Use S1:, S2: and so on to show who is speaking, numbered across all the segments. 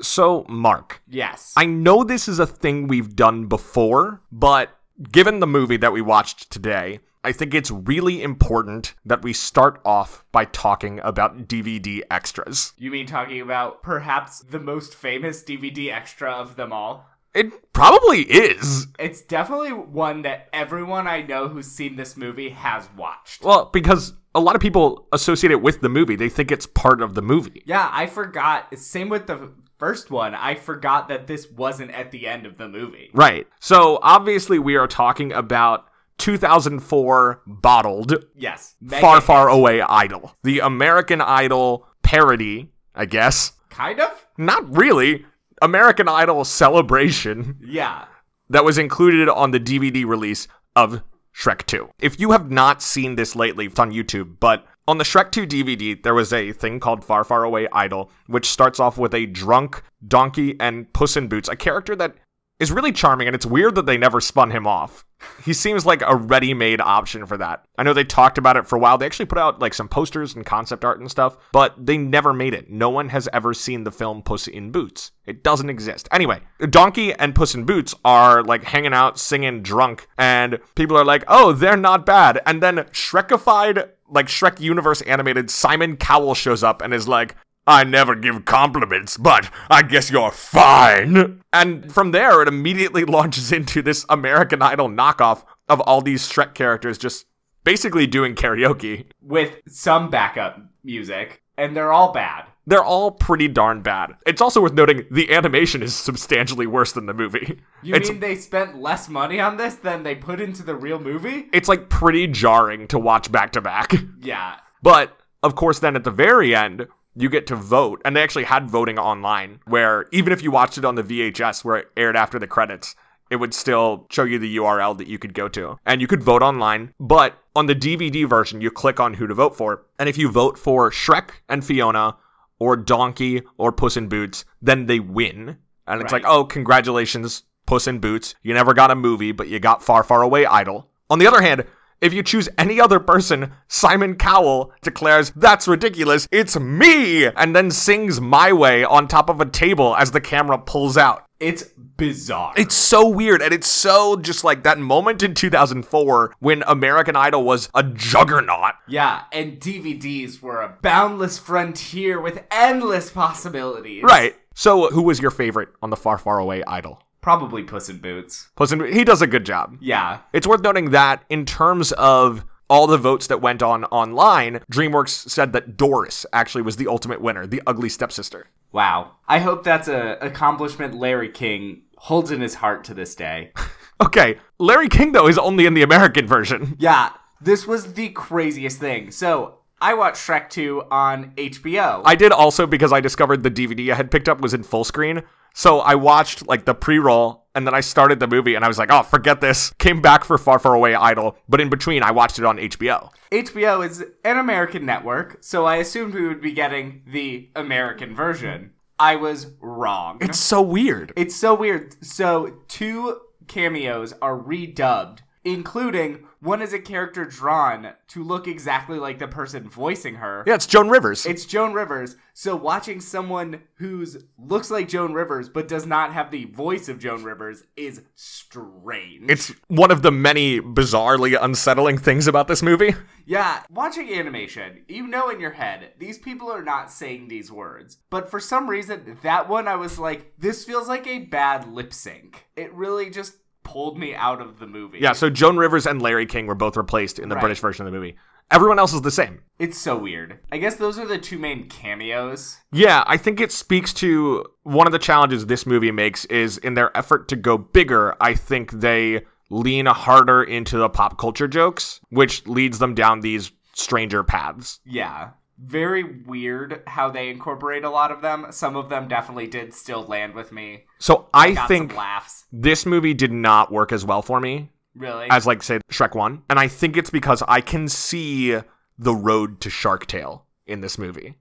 S1: Also, Mark,
S2: Yes.
S1: I know this is a thing we've done before, but given the movie that we watched today, I think it's really important that we start off by talking about DVD extras.
S2: you mean talking about perhaps the most famous DVD extra of them all?
S1: It probably is.
S2: It's definitely one that everyone I know who's seen this movie has watched.
S1: Well, because a lot of people associate it with the movie, they think it's part of the movie.
S2: Yeah, I forgot. Same with the first one. I forgot that this wasn't at the end of the movie.
S1: Right. So, obviously, we are talking about 2004 Bottled
S2: Yes. Megan-
S1: Far Far Away Idol. The American Idol parody, I guess.
S2: Kind of?
S1: Not really. American Idol celebration
S2: Yeah.
S1: that was included on the DVD release of Shrek 2. If you have not seen this lately, it's on YouTube, but on the Shrek 2 DVD, there was a thing called Far Far Away Idol, which starts off with a drunk donkey and Puss in Boots, a character that is really charming, and it's weird that they never spun him off. He seems like a ready made option for that. I know they talked about it for a while. They actually put out like some posters and concept art and stuff, but they never made it. No one has ever seen the film Puss in Boots. It doesn't exist. Anyway, Donkey and Puss in Boots are like hanging out, singing drunk, and people are like, oh, they're not bad. And then Shrekified, like Shrek Universe animated, Simon Cowell shows up and is like, I never give compliments, but I guess you're fine. And from there, it immediately launches into this American Idol knockoff of all these Shrek characters just basically doing karaoke.
S2: With some backup music, and they're all bad.
S1: They're all pretty darn bad. It's also worth noting the animation is substantially worse than the movie.
S2: You
S1: it's,
S2: mean they spent less money on this than they put into the real movie?
S1: it's like pretty jarring to watch back to back.
S2: Yeah.
S1: But of course, then at the very end, you get to vote. And they actually had voting online where even if you watched it on the VHS where it aired after the credits, it would still show you the URL that you could go to. And you could vote online. But on the DVD version, you click on who to vote for. And if you vote for Shrek and Fiona or Donkey or Puss in Boots, then they win. And it's
S2: Right.
S1: like, oh, congratulations, Puss in Boots. You never got a movie, but you got Far, Far Away Idol. On the other hand, if you choose any other person, Simon Cowell declares, That's ridiculous, it's me! And then sings My Way on top of a table as the camera pulls out.
S2: It's bizarre.
S1: It's so weird, and it's so just like that moment in 2004 when American Idol was a juggernaut.
S2: yeah, and DVDs were a boundless frontier with endless possibilities.
S1: Right. So, who was your favorite on the Far, Far Away Idol?
S2: Probably Puss in Boots.
S1: Plus, he does a good job.
S2: Yeah.
S1: It's worth noting that in terms of all the votes that went on online, DreamWorks said that Doris actually was the ultimate winner, the ugly stepsister.
S2: Wow. I hope that's a accomplishment Larry King holds in his heart to this day.
S1: Okay, Larry King though is only in the American version.
S2: yeah, this was the craziest thing. So I watched Shrek 2 on HBO.
S1: I did also because I discovered the DVD I had picked up was in full screen. So I watched like the pre-roll and then I started the movie and I was like, "Oh, forget this." Came back for Far Far Away Idol, but in between I watched it on HBO.
S2: HBO is an American network, so I assumed we would be getting the American version. I was wrong.
S1: It's so weird.
S2: It's so weird. So, two cameos are redubbed, including one is a character drawn to look exactly like the person voicing her.
S1: Yeah, it's Joan Rivers.
S2: It's Joan Rivers. So, watching someone who's looks like Joan Rivers but does not have the voice of Joan Rivers is strange.
S1: It's one of the many bizarrely unsettling things about this movie.
S2: Yeah, watching animation, you know in your head, these people are not saying these words. But for some reason, that one I was like, this feels like a bad lip sync. It really just pulled me out of the movie.
S1: Yeah, so Joan Rivers and Larry King were both replaced in the
S2: Right.
S1: British version of the movie. Everyone else is the same.
S2: It's so weird. I guess those are the two main cameos.
S1: Yeah, I think it speaks to one of the challenges this movie makes is in their effort to go bigger, I think they lean harder into the pop culture jokes, which leads them down these stranger paths.
S2: Yeah. Very weird how they incorporate a lot of them. Some of them definitely did still land with me.
S1: So I
S2: Got
S1: think
S2: some laughs.
S1: this movie did not work as well for me
S2: Really?
S1: as like say Shrek 1, and I think it's because I can see the road to Shark Tale in this movie.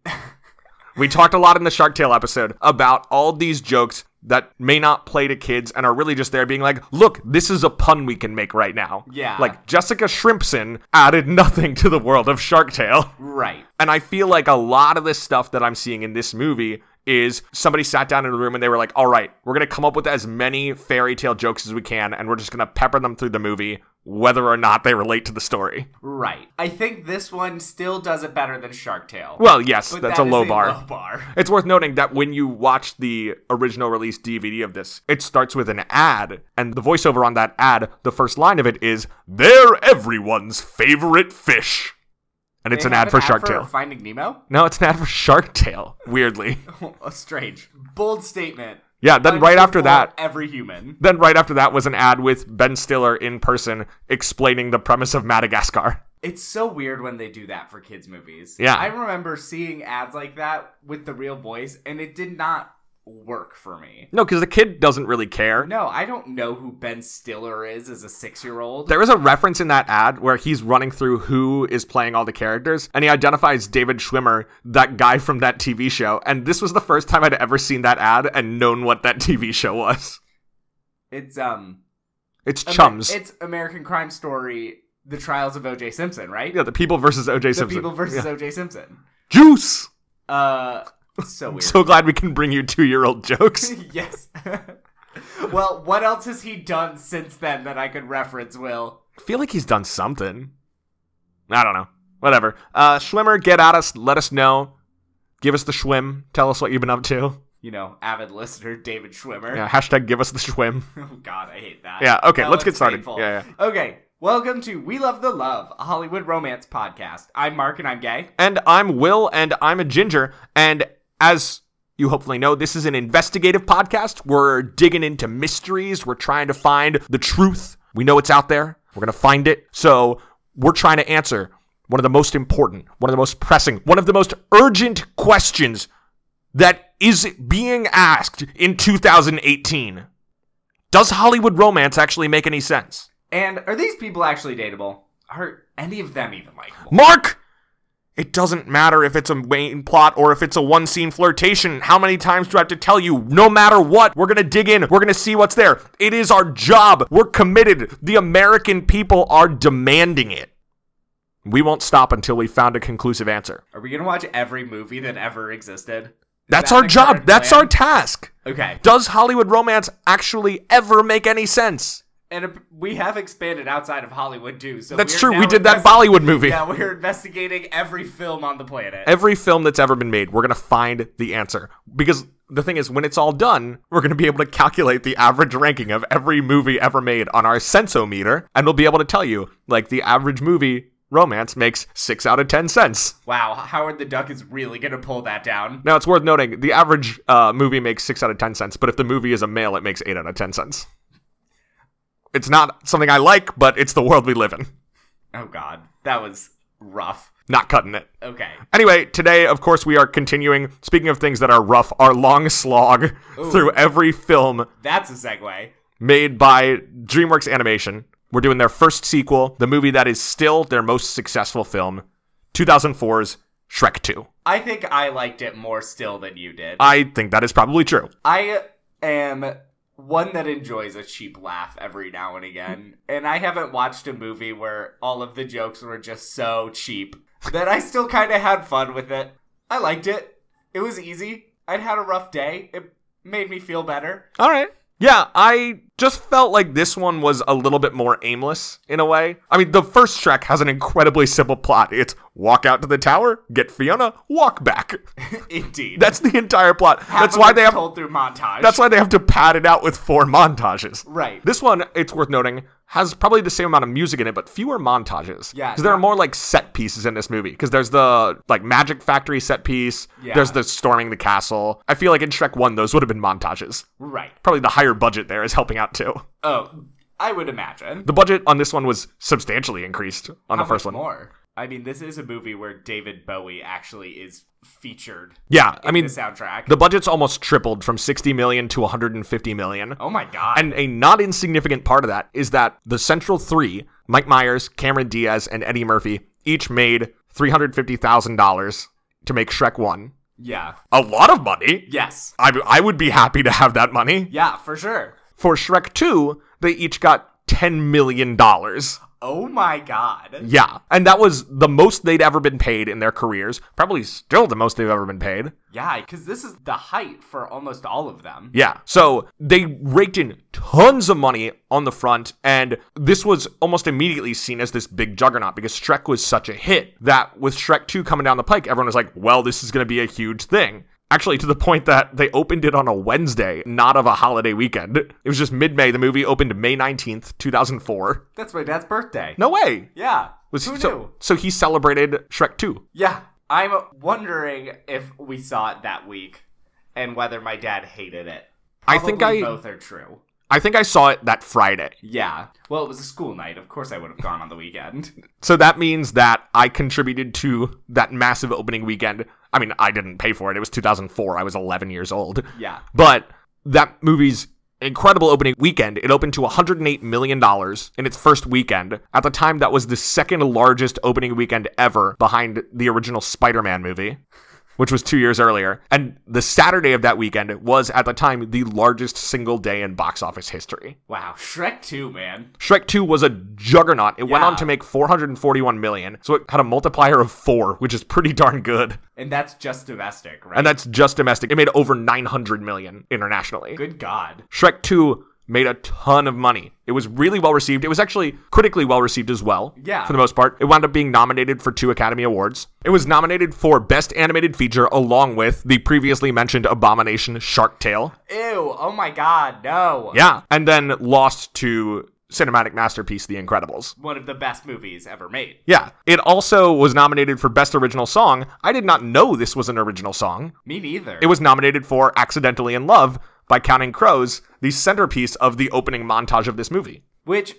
S1: we talked a lot in the Shark Tale episode about all these jokes that may not play to kids and are really just there being like, look, this is a pun we can make right now.
S2: Yeah.
S1: Like Jessica Shrimpson added nothing to the world of Shark Tale.
S2: right.
S1: And I feel like a lot of this stuff that I'm seeing in this movie is somebody sat down in a room and they were like, all right, we're going to come up with as many fairy tale jokes as we can, and we're just going to pepper them through the movie, whether or not they relate to the story.
S2: Right. I think this one still does it better than Shark Tale.
S1: Well, yes,
S2: But
S1: that's
S2: that
S1: a
S2: is
S1: low bar.
S2: low bar.
S1: It's worth noting that when you watch the original release DVD of this, it starts with an ad, and the voiceover on that ad, the first line of it is, They're everyone's favorite fish. And it's
S2: They
S1: an
S2: have
S1: ad for Shark Tale.
S2: Finding Nemo?
S1: no, it's an ad for Shark Tale, weirdly.
S2: Strange. Bold statement.
S1: Yeah, then right after that,
S2: Every human.
S1: then right after that was an ad with Ben Stiller in person explaining the premise of Madagascar.
S2: It's so weird when they do that for kids' movies.
S1: Yeah.
S2: I remember seeing ads like that with the real voice, and it did not work for me.
S1: No, because the kid doesn't really care.
S2: No, I don't know who Ben Stiller is as a six year old.
S1: There is a reference in that ad where he's running through who is playing all the characters, and he identifies David Schwimmer, that guy from that TV show. And this was the first time I'd ever seen that ad and known what that TV show was.
S2: It's um
S1: It's
S2: Amer-
S1: Chums.
S2: It's American Crime Story, The Trials of O.J. Simpson, right?
S1: yeah, the people versus OJ
S2: the
S1: Simpson.
S2: people versus
S1: Yeah.
S2: O.J. Simpson.
S1: Juice.
S2: Uh, so weird.
S1: So glad we can bring you two-year-old jokes.
S2: yes. well, what else has he done since then that I could reference? Will
S1: I feel like he's done something. I don't know. Whatever. Uh, Schwimmer, get at us. Let us know. Give us the schwim. Tell us what you've been up to.
S2: you know, avid listener David Schwimmer?
S1: Yeah, hashtag give us the schwim.
S2: Oh God, I hate that.
S1: Yeah, okay,
S2: That
S1: let's get
S2: looks
S1: started.
S2: painful.
S1: Yeah,
S2: Okay. Welcome to We Love the Love, a Hollywood romance podcast. I'm Mark and I'm gay.
S1: And I'm Will, and I'm a ginger. And as you hopefully know, this is an investigative podcast. We're digging into mysteries. We're trying to find the truth. We know it's out there. We're going to find it. So we're trying to answer one of the most important, one of the most pressing, one of the most urgent questions that is being asked in 2018. Does Hollywood romance actually make any sense?
S2: And are these people actually dateable? Are any of them even likable?
S1: Mark! It doesn't matter if it's a main plot or if it's a one scene flirtation. How many times do I have to tell you? No matter what, we're gonna dig in. We're gonna see what's there. It is our job. We're committed. The American people are demanding it. We won't stop until we found a conclusive answer.
S2: Are we gonna watch every movie that ever existed? Is
S1: That's
S2: that
S1: our
S2: the current
S1: job. That's
S2: plan?
S1: our task.
S2: Okay.
S1: Does Hollywood romance actually ever make any sense?
S2: And uh, we have expanded outside of Hollywood too. So
S1: That's
S2: we're
S1: true.
S2: now
S1: We did that
S2: investi-
S1: Bollywood movie.
S2: Yeah, we're investigating every film on the planet.
S1: every film that's ever been made, we're going to find the answer. Because the thing is, when it's all done, we're going to be able to calculate the average ranking of every movie ever made on our sensometer, and we'll be able to tell you, like, the average movie romance makes 6 out of 10 cents.
S2: wow, Howard the Duck is really gonna pull that down.
S1: Now, it's worth noting the average uh, movie makes 6 out of 10 cents, but if the movie is a male, it makes 8 out of 10 cents. It's not something I like, but it's the world we live in.
S2: Oh God, that was rough.
S1: Not cutting it.
S2: Okay.
S1: Anyway, today, of course, we are continuing. Speaking of things that are rough, our long slog through every film
S2: That's a segue.
S1: made by DreamWorks Animation. We're doing their first sequel, the movie that is still their most successful film, 2004's Shrek 2.
S2: I think I liked it more still than you did.
S1: I think that is probably true.
S2: I am one that enjoys a cheap laugh every now and again, and I haven't watched a movie where all of the jokes were just so cheap that I still kind of had fun with it. I liked it. It was easy. I'd had a rough day. It made me feel better.
S1: All right. Yeah, I just felt like this one was a little bit more aimless in a way. I mean, the first Shrek has an incredibly simple plot. It's walk out to the tower, get Fiona, walk back.
S2: Indeed.
S1: That's the entire plot.
S2: Half
S1: That's
S2: of
S1: why
S2: it's
S1: they have
S2: told through montage.
S1: That's why they have to pad it out with four montages.
S2: right.
S1: This one, it's worth noting, has probably the same amount of music in it, but fewer montages.
S2: Yeah,
S1: Because there are more like set pieces in this movie. Because there's the like Magic Factory set piece.
S2: Yeah.
S1: There's the storming the castle. I feel like in Shrek 1, those would have been montages.
S2: right.
S1: Probably the higher budget there is helping out too.
S2: Oh, I would imagine.
S1: The budget on this one was substantially increased on the
S2: How
S1: first
S2: much
S1: one.
S2: more. I mean, this is a movie where David Bowie actually is featured.
S1: Yeah, I mean,
S2: the soundtrack.
S1: the budget's almost tripled from 60 million to 150 million.
S2: oh my god.
S1: And a not insignificant part of that is that the central three, Mike Myers, Cameron Diaz, and Eddie Murphy, each made $350,000 to make Shrek 1.
S2: yeah.
S1: A lot of money.
S2: Yes.
S1: I, I would be happy to have that money.
S2: Yeah, for sure.
S1: For Shrek 2, they each got ten million dollars.
S2: Oh my god.
S1: Yeah, and that was the most they'd ever been paid in their careers. Probably still the most they've ever been paid.
S2: Yeah, because this is the height for almost all of them.
S1: Yeah. So they raked in tons of money on the front, and this was almost immediately seen as this big juggernaut because Shrek was such a hit that with Shrek 2 coming down the pike, everyone was like, well, this is going to be a huge thing. Actually, to the point that they opened it on a Wednesday, not of a holiday weekend. It was just mid May. The movie opened May 19th, 2004.
S2: That's my dad's birthday.
S1: No way.
S2: Yeah.
S1: Was
S2: Who
S1: so,
S2: knew?
S1: so he celebrated Shrek 2.
S2: Yeah. I'm wondering if we saw it that week and whether my dad hated it.
S1: I think
S2: Probably
S1: I-
S2: both are true.
S1: I think I saw it that Friday.
S2: Yeah. Well, it was a school night. Of course I would have gone on the weekend.
S1: So that means that I contributed to that massive opening weekend. I mean, I didn't pay for it. It was 2004. I was 11 years old.
S2: Yeah.
S1: But that movie's incredible opening weekend, it opened to $108 million in its first weekend. At the time, that was the second largest opening weekend ever behind the original Spider Man movie. Which was two years earlier. And the Saturday of that weekend was, at the time, the largest single day in box office history.
S2: Wow. Shrek 2, man.
S1: Shrek 2 was a juggernaut. It went
S2: Yeah.
S1: on to make 441 million, so it had a multiplier of 4, which is pretty darn good.
S2: And that's just domestic, right?
S1: And that's just domestic. It made over 900 million internationally.
S2: Good God.
S1: Shrek 2 made a ton of money. It was really well received. It was actually critically well received as well,
S2: Yeah.
S1: for the most part. It wound up being nominated for two Academy Awards. It was nominated for Best Animated Feature along with the previously mentioned abomination Shark Tale.
S2: Ew. Oh my god. No.
S1: Yeah, and then lost to cinematic masterpiece The Incredibles.
S2: One of the best movies ever made.
S1: Yeah. It also was nominated for Best Original Song. I did not know this was an original song.
S2: Me neither.
S1: It was nominated for Accidentally in Love by Counting Crows, the centerpiece of the opening montage of this movie.
S2: Which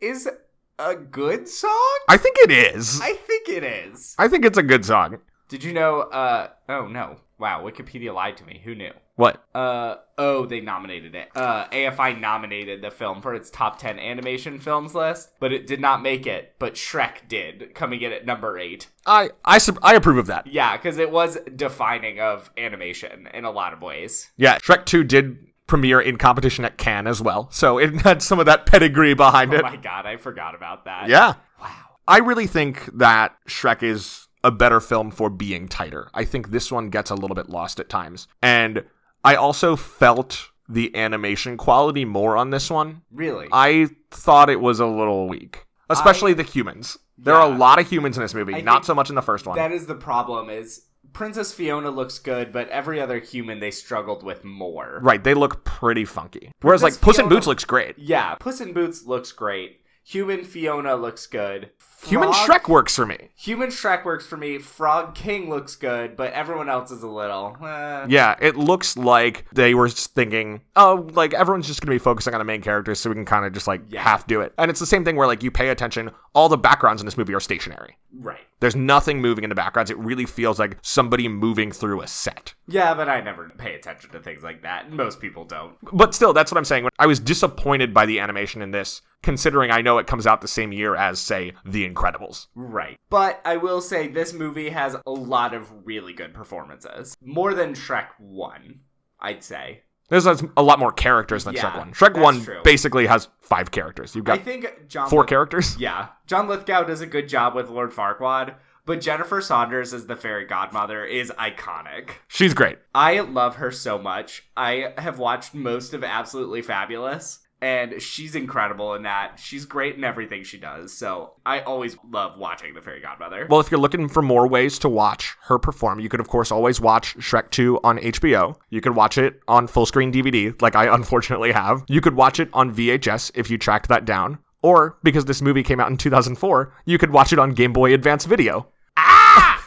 S2: is a good song?
S1: I think it is.
S2: I think it is.
S1: I think it's a good song.
S2: Did you know? Uh oh no! Wow, Wikipedia lied to me. Who knew?
S1: What?
S2: Uh oh, they nominated it. Uh, AFI nominated the film for its top ten animation films list, but it did not make it. But Shrek did, coming in at number eight.
S1: I I sub- I approve of that.
S2: Yeah, because it was defining of animation in a lot of ways.
S1: Yeah, Shrek 2 did premiere in competition at Cannes as well. So it had some of that pedigree behind
S2: Oh
S1: it.
S2: my god, I forgot about that.
S1: Yeah.
S2: Wow.
S1: I really think that Shrek is a better film for being tighter. I think this one gets a little bit lost at times. And I also felt the animation quality more on this one.
S2: Really?
S1: I thought it was a little weak, especially the humans. There are
S2: Yeah.
S1: a lot of humans in this movie,
S2: I
S1: not
S2: think
S1: so much in the first one.
S2: That is the problem. Is Princess Fiona looks good, but every other human they struggled with more.
S1: right, they look pretty funky. Whereas like
S2: Princess
S1: Puss in
S2: Fiona-
S1: Boots looks great.
S2: Yeah, Puss in Boots looks great. Human Fiona looks good.
S1: Human
S2: Frog-
S1: Shrek works for me.
S2: Human Shrek works for me. Frog King looks good, but everyone else is a little. eh.
S1: Yeah, it looks like they were just thinking, oh, like everyone's just going to be focusing on the main characters, so we can kind of just like
S2: Yeah.
S1: half do it. And it's the same thing where like you pay attention, all the backgrounds in this movie are stationary.
S2: Right.
S1: There's nothing moving in the backgrounds. It really feels like somebody moving through a set.
S2: Yeah, but I never pay attention to things like that. and Most people don't.
S1: But still, that's what I'm saying. I was disappointed by the animation in this, considering I know it comes out the same year as, say, The Incredibles.
S2: Right. But I will say this movie has a lot of really good performances. More than Shrek 1, I'd say.
S1: There's a a lot more characters than
S2: Yeah,
S1: Shrek 1. Shrek
S2: that's
S1: 1
S2: true.
S1: basically has five characters. You've
S2: I
S1: got
S2: think John
S1: four
S2: Lith-
S1: characters?
S2: Yeah. John Lithgow does a good job with Lord Farquaad, but Jennifer Saunders as the fairy godmother is iconic.
S1: She's great.
S2: I love her so much. I have watched most of Absolutely Fabulous, and she's incredible in that. She's great in everything she does. So I always love watching The Fairy Godmother.
S1: Well, if you're looking for more ways to watch her perform, you could, of course, always watch Shrek 2 on HBO. You could watch it on full screen DVD, like I unfortunately have. You could watch it on VHS if you tracked that down. Or, because this movie came out in 2004, you could watch it on Game Boy Advance Video.
S2: ah!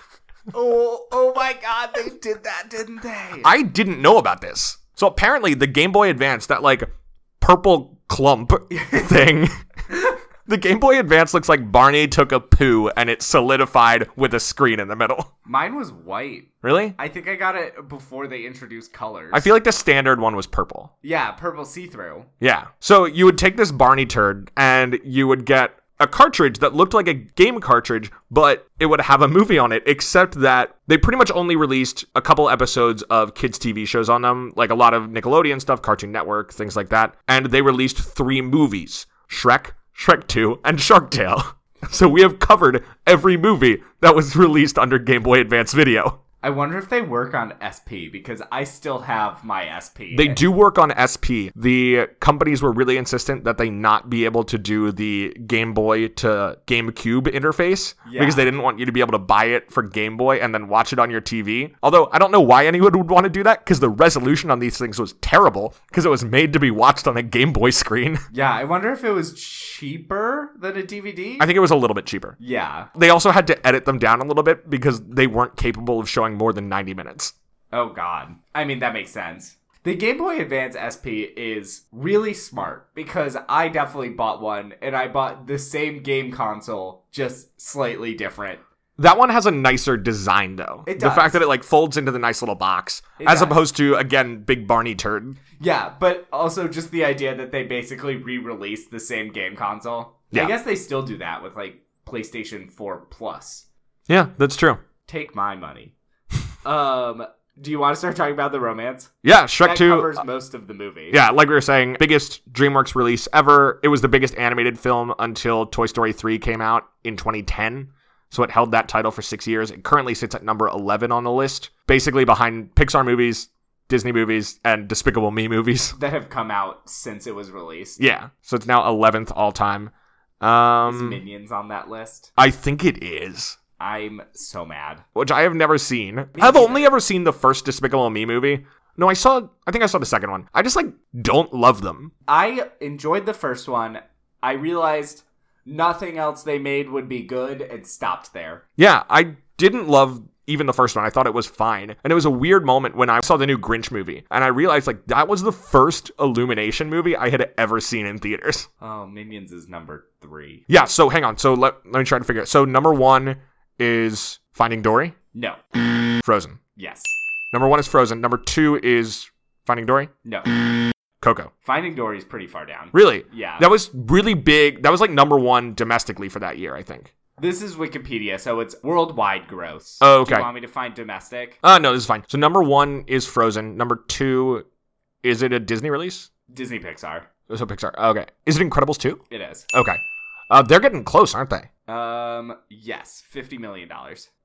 S2: oh, oh my God! They did that, didn't they?
S1: I didn't know about this. So apparently, the Game Boy Advance, that like purple clump thing, the Game Boy Advance looks like Barney took a poo and it solidified with a screen in the middle.
S2: Mine was white.
S1: Really?
S2: I think I got it before they introduced colors.
S1: I feel like the standard one was purple.
S2: yeah, purple see-through.
S1: Yeah. So you would take this Barney turd and you would get a cartridge that looked like a game cartridge, but it would have a movie on it, except that they pretty much only released a couple episodes of kids' TV shows on them, like a lot of Nickelodeon stuff, Cartoon Network, things like that. And they released three movies Shrek, Shrek 2, and Shark Tale. So we have covered every movie that was released under Game Boy Advance Video.
S2: I wonder if they work on SP because I still have my SP.
S1: They do work on SP. The companies were really insistent that they not be able to do the Game Boy to GameCube interface
S2: Yeah.
S1: because they didn't want you to be able to buy it for Game Boy and then watch it on your TV. Although I don't know why anyone would want to do that because the resolution on these things was terrible because it was made to be watched on a Game Boy screen.
S2: Yeah, I wonder if it was cheaper than a DVD.
S1: I think it was a little bit cheaper.
S2: yeah.
S1: They also had to edit them down a little bit because they weren't capable of showing more than 90 minutes.
S2: Oh god. I mean that makes sense. The Game Boy Advance SP is really smart because I definitely bought one and I bought the same game console, just slightly different.
S1: That one has a nicer design though.
S2: It
S1: The
S2: does.
S1: fact that it like folds into the nice little box as
S2: does.
S1: opposed to again big Barney turd.
S2: Yeah, but also just the idea that they basically re-released the same game console.
S1: Yeah.
S2: I guess they still do that with like PlayStation 4 Plus.
S1: Yeah, that's true.
S2: Take my money. um, do you want to start talking about the romance?
S1: Yeah, Shrek
S2: That
S1: 2
S2: covers most of the movie.
S1: uh, Yeah, like we were saying, biggest DreamWorks release ever. It was the biggest animated film until Toy Story 3 came out in 2010. So it held that title for 6 years. It currently sits at number 11 on the list, basically behind Pixar movies, Disney movies, and Despicable Me movies.
S2: That have come out since it was released.
S1: Yeah. So it's now 11th all time.
S2: Is
S1: Um
S2: Minions on that list.
S1: I think it is.
S2: I'm so mad.
S1: which I have never seen. I've only ever seen the first Despicable Me movie. No, I saw. I think I saw the second one. I just like don't love them.
S2: I enjoyed the first one. I realized nothing else they made would be good and stopped there.
S1: Yeah, I didn't love even the first one. I thought it was fine, and it was a weird moment when I saw the new Grinch movie, and I realized like that was the first Illumination movie I had ever seen in theaters.
S2: Oh, Minions is number three.
S1: Yeah. So hang on. So let let me try to figure. it. So number one is Finding Dory,
S2: No.
S1: Frozen.
S2: Yes.
S1: Number one is Frozen. Number two is Finding Dory,
S2: No.
S1: Coco.
S2: Finding Dory's pretty far down.
S1: Really?
S2: Yeah.
S1: That was really big. That was like number one domestically for that year, I think.
S2: This is Wikipedia, so it's worldwide gross.
S1: Oh, okay.
S2: Do you want me to find domestic?
S1: Uh no, this is fine. So number one is Frozen. Number two, is it a Disney release?
S2: Disney Pixar.
S1: So Pixar. Okay. Is it Incredibles two?
S2: It is.
S1: Okay. Uh, they're getting close, aren't they?
S2: Um, yes, $50 million.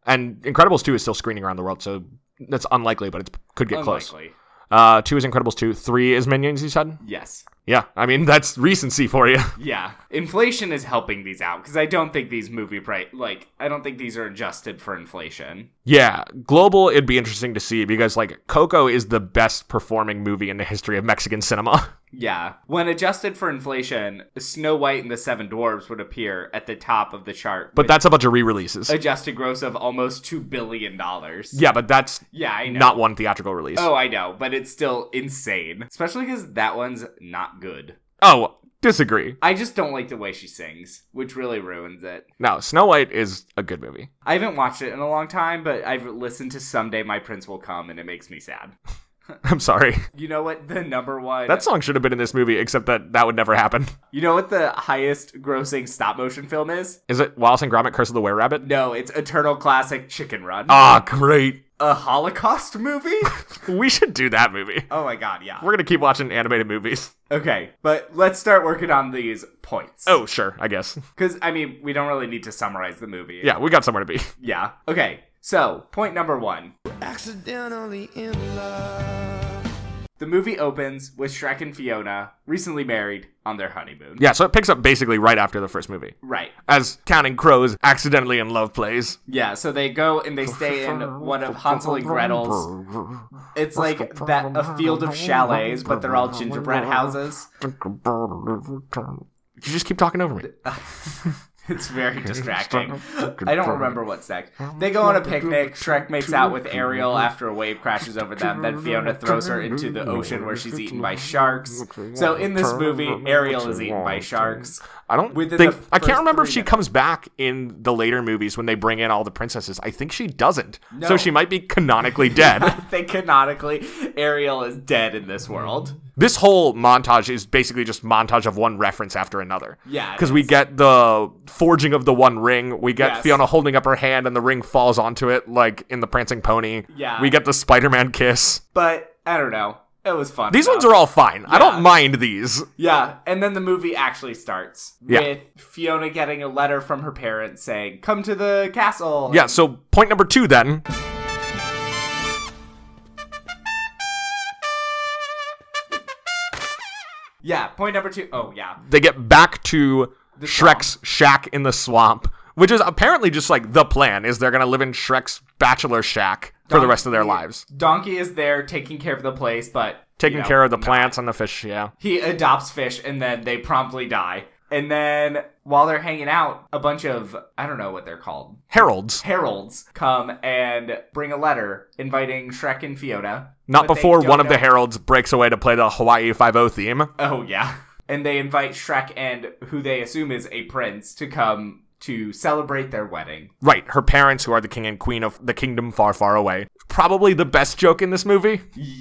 S1: And Incredibles two is still screening around the world, so that's unlikely, but it could get close.
S2: Unlikely.
S1: Uh, two is Incredibles two. Three is Minions. You said?
S2: Yes.
S1: Yeah. I mean, that's recency for you.
S2: Yeah, inflation is helping these out because I don't think these movie price like I don't think these are adjusted for inflation.
S1: yeah. Global, it'd be interesting to see because like Coco is the best performing movie in the history of Mexican cinema.
S2: Yeah, when adjusted for inflation, Snow White and the Seven Dwarfs would appear at the top of the chart,
S1: But that's a bunch of re-releases.
S2: with adjusted gross of almost two billion dollars.
S1: yeah, but that's
S2: yeah, I know.
S1: not one theatrical release.
S2: oh, I know, but it's still insane, especially because that one's not good.
S1: Oh, disagree.
S2: I just don't like the way she sings, which really ruins it.
S1: No, Snow White is a good movie.
S2: I haven't watched it in a long time, but I've listened to "Someday My Prince Will Come" and it makes me sad.
S1: I'm sorry.
S2: You know what the number one?
S1: That song should have been in this movie, except that that would never happen.
S2: You know what the highest grossing stop motion film is?
S1: Is it Wallace and Gromit: Curse of the Were Rabbit?
S2: No, it's Eternal Classic Chicken Run.
S1: Ah, great.
S2: a Holocaust movie?
S1: We should do that movie.
S2: oh my god, yeah.
S1: We're gonna keep watching animated movies.
S2: Okay, but let's start working on these points.
S1: Oh, sure, I guess.
S2: Because, I mean, we don't really need to summarize the movie.
S1: Yeah, we got somewhere to be.
S2: Yeah. Okay, so point number one.
S3: Accidentally in love.
S2: The movie opens with Shrek and Fiona, recently married, on their honeymoon.
S1: Yeah, so it picks up basically right after the first movie,
S2: Right.
S1: as Counting Crows accidentally in love plays.
S2: Yeah, so they go and they stay in one of Hansel and Gretel's It's like that a field of chalets, but they're all gingerbread houses.
S1: You just keep talking over me.
S2: It's very distracting. I don't remember what's next. They go on a picnic. Shrek makes out with Ariel after a wave crashes over them. Then Fiona throws her into the ocean where she's eaten by sharks. So in this movie, Ariel is eaten by sharks.
S1: I don't
S2: Within
S1: think
S2: the
S1: I can't
S2: first
S1: remember if
S2: three
S1: she
S2: minutes.
S1: comes back in the later movies when they bring in all the princesses. I think she doesn't. So she might be canonically dead.
S2: I think canonically, Ariel is dead in this world.
S1: this whole montage is basically just montage of one reference after another.
S2: Yeah, it
S1: Because we
S2: is.
S1: get the forging of the one ring, we get
S2: Yes.
S1: Fiona holding up her hand and the ring falls onto it like in the prancing pony.
S2: Yeah.
S1: We get the Spider Man kiss.
S2: But I don't know. It was fun.
S1: These ones
S2: though.
S1: are all fine. I
S2: Yeah.
S1: don't mind these.
S2: Yeah, and then the movie actually starts
S1: Yeah.
S2: with Fiona getting a letter from her parents saying, "Come to the castle."
S1: Yeah, so point number two then.
S2: Yeah. Point number two. Oh yeah.
S1: They get back to
S2: swamp.
S1: Shrek's shack in the swamp, which is apparently just like the plan is they're gonna live in Shrek's bachelor shack for the
S2: Donkey.
S1: rest of their lives.
S2: Donkey is there taking care of the place, but
S1: Taking
S2: you know,
S1: care of the
S2: not.
S1: plants and the fish, yeah.
S2: He adopts fish, and then they promptly die. And then while they're hanging out, a bunch of I don't know what they're called
S1: Heralds.
S2: heralds come and bring a letter inviting Shrek and Fiona.
S1: Not
S2: but they
S1: before
S2: don't
S1: one of the
S2: know-
S1: heralds breaks away to play the Hawaii Five O theme.
S2: Oh yeah. And they invite Shrek and who they assume is a prince to come to celebrate their wedding.
S1: Right, her parents, who are the king and queen of the kingdom far, far away. Probably the best joke in this movie
S2: Y-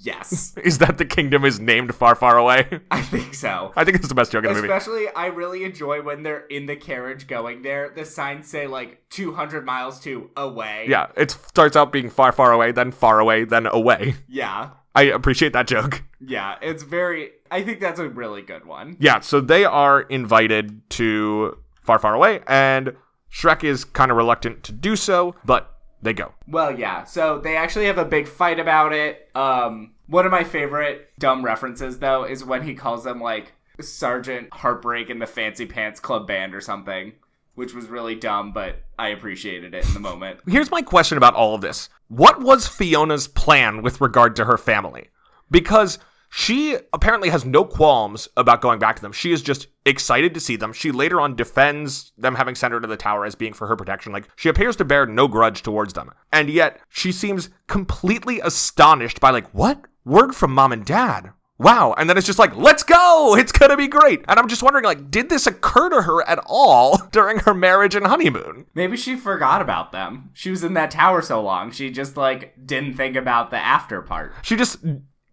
S2: yes,
S1: is that the kingdom is named far, far away.
S2: I think so.
S1: I think it's the best joke in the movie.
S2: Especially, I really enjoy when they're in the carriage going there. The signs say like 200 miles to away.
S1: Yeah, it starts out being far, far away, then far away, then away.
S2: yeah,
S1: I appreciate that joke.
S2: yeah. It's very. I think that's a really good one.
S1: Yeah, so they are invited to far, far away, and Shrek is kind of reluctant to do so, but they go.
S2: Well, yeah. So they actually have a big fight about it. Um, one of my favorite dumb references though is when he calls them like Sergeant Heartbreak and the Fancy Pants Club Band or something, which was really dumb, but I appreciated it in the moment.
S1: Here's my question about all of this. What was Fiona's plan with regard to her family? Because she apparently has no qualms about going back to them. She is just excited to see them. She later on defends them having sent her to the tower as being for her protection. Like, she appears to bear no grudge towards them. And yet, she seems completely astonished by, like, what? Word from mom and dad. Wow. And then it's just like, let's go. It's going to be great. And I'm just wondering, like, did this occur to her at all during her marriage and honeymoon?
S2: Maybe she forgot about them. She was in that tower so long, she just like didn't think about the after part.
S1: She just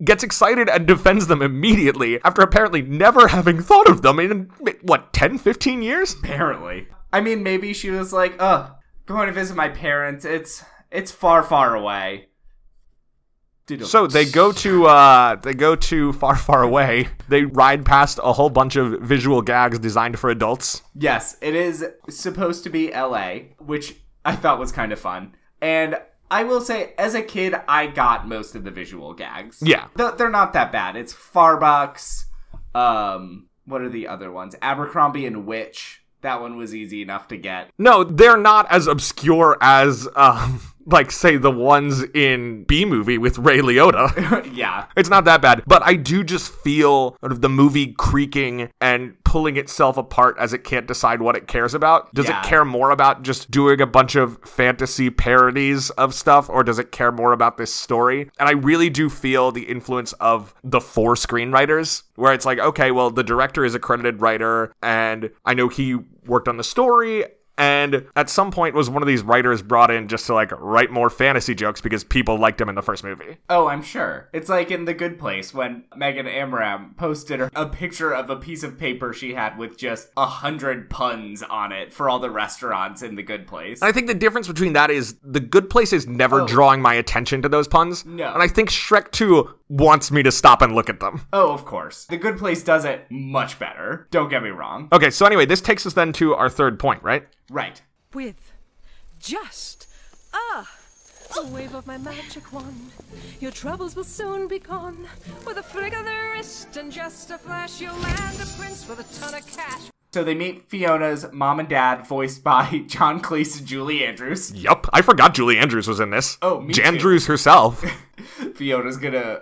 S1: gets excited and defends them immediately after apparently never having thought of them in, what, 10, 15 years?
S2: Apparently. I mean, maybe she was like, "Ugh, going to visit my parents. It's it's far, far away." Doodle.
S1: So they go to uh, they go to far far away. They ride past a whole bunch of visual gags designed for adults.
S2: Yes, it is supposed to be LA, which I thought was kind of fun. And I will say, as a kid, I got most of the visual gags.
S1: Yeah.
S2: Th- they're not that bad. It's Farbucks. Um, what are the other ones? Abercrombie and Witch. That one was easy enough to get.
S1: No, they're not as obscure as um, like say the ones in B movie with Ray Liotta.
S2: yeah.
S1: It's not that bad, but I do just feel sort of the movie creaking and pulling itself apart as it can't decide what it cares about. Does
S2: Yeah.
S1: it care more about just doing a bunch of fantasy parodies of stuff, or does it care more about this story? And I really do feel the influence of the four screenwriters, where it's like, okay, well, the director is a credited writer, and I know he worked on the story. And at some point was one of these writers brought in just to like write more fantasy jokes because people liked him in the first movie.
S2: Oh, I'm sure. It's like in The Good Place when Megan Amram posted her- a picture of a piece of paper she had with just a hundred puns on it for all the restaurants in The Good Place.
S1: And I think the difference between that is the good place is never drawing my attention to those puns.
S2: Oh. No.
S1: And I think Shrek 2 wants me to stop and look at them.
S2: Oh, of course. The Good Place does it much better. Don't get me wrong.
S1: Okay, so anyway, this takes us then to our third point, right?
S2: Right.
S4: with just ah a wave of my magic wand. Your troubles will soon be gone. With a flick of the wrist and just a flash, you'll land a prince with a ton of cash.
S2: So they meet Fiona's mom and dad, voiced by John Cleese and Julie Andrews.
S1: Yup. I forgot Julie Andrews was in this.
S2: Oh, me too.
S1: Jandrews herself.
S2: Fiona's gonna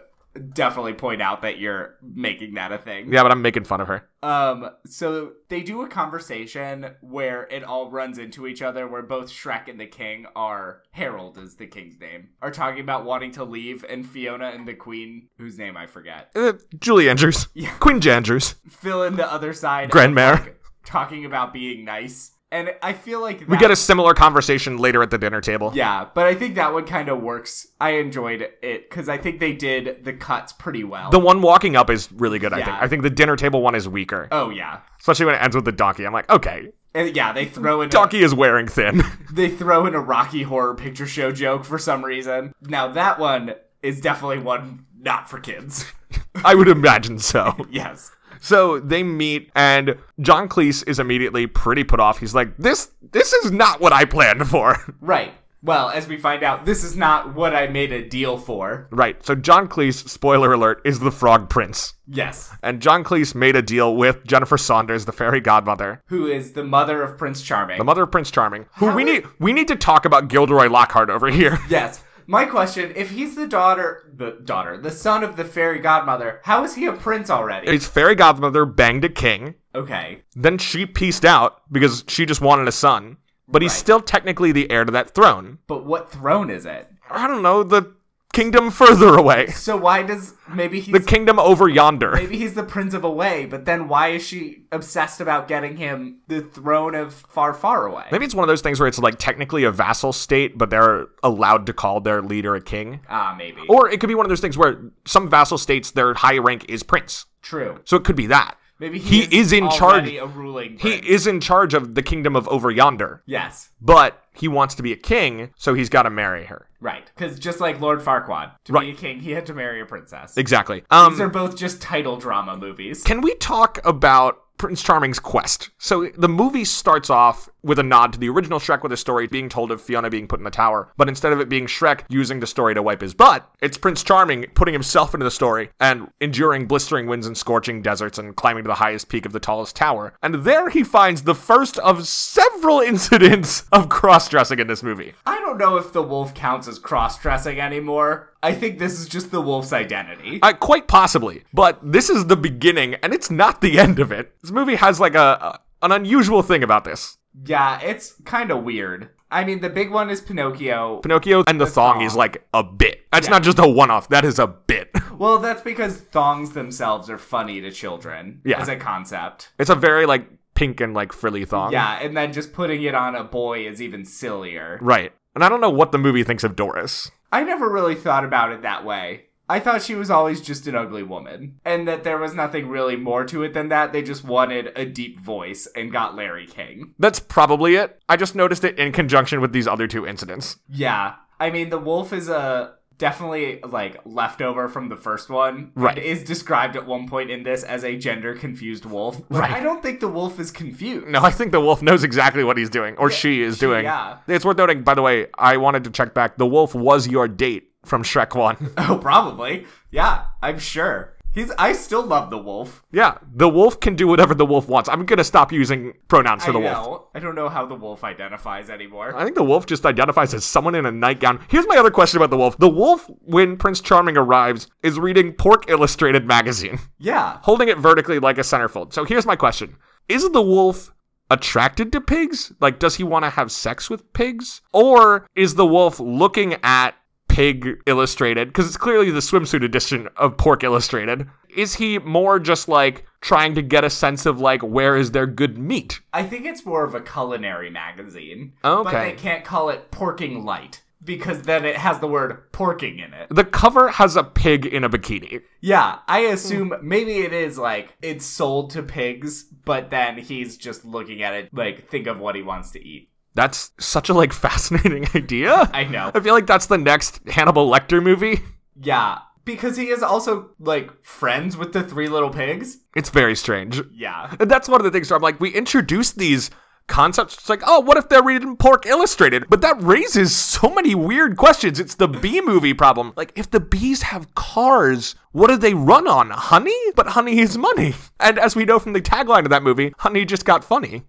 S2: definitely point out that you're making that a thing.
S1: yeah, but I'm making fun of her.
S2: Um, so they do a conversation where it all runs into each other, where both Shrek and the King are Harold is the King's name, are talking about wanting to leave, and Fiona and the Queen, whose name I forget,
S1: Uh, Julie Andrews. Queen Jandrews.
S2: fill in the other side.
S1: Grand
S2: of,
S1: Mare.
S2: like, talking about being nice, and I feel like
S1: We get a similar conversation later at the dinner table.
S2: yeah, but I think that one kind of works. I enjoyed it because I think they did the cuts pretty well.
S1: The one walking up is really good, I think.
S2: Yeah.
S1: I think the dinner table one is weaker.
S2: oh yeah,
S1: Especially when it ends with the donkey. I'm like, okay,
S2: and yeah, they throw in a-
S1: donkey is wearing thin.
S2: they throw in a Rocky Horror Picture Show joke for some reason. Now that one is definitely one not for kids.
S1: I would imagine so.
S2: yes.
S1: So they meet, and John Cleese is immediately pretty put off. He's like, "This, this is not what I planned for."
S2: Right. Well, as we find out, this is not what I made a deal for.
S1: right. So John Cleese, spoiler alert, is the Frog Prince,
S2: Yes.
S1: and John Cleese made a deal with Jennifer Saunders, the fairy godmother,
S2: Who is the mother of Prince Charming?
S1: the mother of Prince Charming, who we
S2: How-
S1: need we need to talk about Gilderoy Lockhart over here.
S2: yes. My question, if he's the daughter the daughter, the son of the fairy godmother, how is he a prince already?
S1: His fairy godmother banged a king,
S2: okay.
S1: then she pieced out because she just wanted a son, but he's
S2: Right.
S1: still technically the heir to that throne.
S2: But what throne is it?
S1: I don't know, the kingdom further away,
S2: So why does maybe he's
S1: the kingdom over yonder.
S2: maybe he's the prince of away, but then why is she obsessed about getting him the throne of far far away?
S1: Maybe it's one of those things where it's like technically a vassal state, but they're allowed to call their leader a king.
S2: Ah, maybe.
S1: Or it could be one of those things where some vassal states, their high rank is prince.
S2: True.
S1: So it could be that.
S2: Maybe
S1: he,
S2: he,
S1: is, in charge.
S2: already A ruling.
S1: He
S2: prince.
S1: is in charge of the kingdom of over yonder,
S2: Yes.
S1: but he wants to be a king, so he's got to marry her.
S2: Right. Because just like Lord Farquaad, to be
S1: Right.
S2: a king, he had to marry a princess.
S1: Exactly.
S2: These are
S1: Um,
S2: both just title drama movies.
S1: can we talk about Prince Charming's quest? So the movie starts off with a nod to the original Shrek with a story being told of Fiona being put in the tower, but instead of it being Shrek using the story to wipe his butt, it's Prince Charming putting himself into the story and enduring blistering winds and scorching deserts and climbing to the highest peak of the tallest tower. And there he finds the first of several incidents of cross dressing in this movie.
S2: I don't know if the wolf counts as cross dressing anymore. I think this is just the wolf's identity.
S1: Uh, quite possibly, but this is the beginning, and it's not the end of it. This movie has like a, a an unusual thing about this.
S2: yeah, it's kind of weird. I mean, the big one is Pinocchio.
S1: Pinocchio and the, thong,
S2: thong.
S1: is like a bit. That's not just a one-off. That is a bit.
S2: well, that's because thongs themselves are funny to children
S1: Yeah.
S2: as a concept.
S1: It's a very like pink and like frilly thong.
S2: Yeah, and then just putting it on a boy is even sillier.
S1: Right. And I don't know what the movie thinks of Doris.
S2: I never really thought about it that way. I thought she was always just an ugly woman, and that there was nothing really more to it than that. They just wanted a deep voice and got Larry King.
S1: That's probably it. I just noticed it in conjunction with these other two incidents.
S2: Yeah. I mean, the wolf is a definitely like leftover from the first one.
S1: Right.
S2: It is described at one point in this as a gender confused wolf. But
S1: Right.
S2: I don't think the wolf is confused.
S1: No, I think the wolf knows exactly what he's doing, or she is doing.
S2: yeah.
S1: It's worth noting, by the way, I wanted to check back. The wolf was your date from Shrek 1.
S2: Oh, probably. Yeah, I'm sure. He's I still love the wolf.
S1: Yeah, the wolf can do whatever the wolf wants. I'm gonna stop using pronouns for the
S2: I
S1: wolf.
S2: know. I don't know how the wolf identifies anymore.
S1: I think the wolf just identifies as someone in a nightgown. Here's my other question about the wolf. The wolf, when Prince Charming arrives, is reading Pork Illustrated magazine,
S2: yeah.
S1: holding it vertically like a centerfold. So here's my question Is the wolf attracted to pigs? Like, does he wanna have sex with pigs? Or is the wolf looking at Pig Illustrated? Because it's clearly the swimsuit edition of Pork Illustrated. Is he more just like trying to get a sense of like, where is there good meat?
S2: I think it's more of a culinary magazine. But
S1: Okay.
S2: they can't call it Porking Light because then it has the word porking in it.
S1: The cover has a pig in a bikini.
S2: Yeah, I assume maybe it is like it's sold to pigs, but then he's just looking at it like think of what he wants to eat.
S1: That's such a like fascinating idea.
S2: I know.
S1: I feel like that's the next Hannibal Lecter movie.
S2: Yeah, because he is also like friends with the three little pigs.
S1: It's very strange.
S2: Yeah.
S1: And that's one of the things where I'm like, we introduced these concepts. It's like, oh, what if they're reading Pork Illustrated? But that raises so many weird questions. It's the bee movie problem. Like, if the bees have cars, what do they run on? Honey? But honey is money. And as we know from the tagline of that movie, honey just got funny.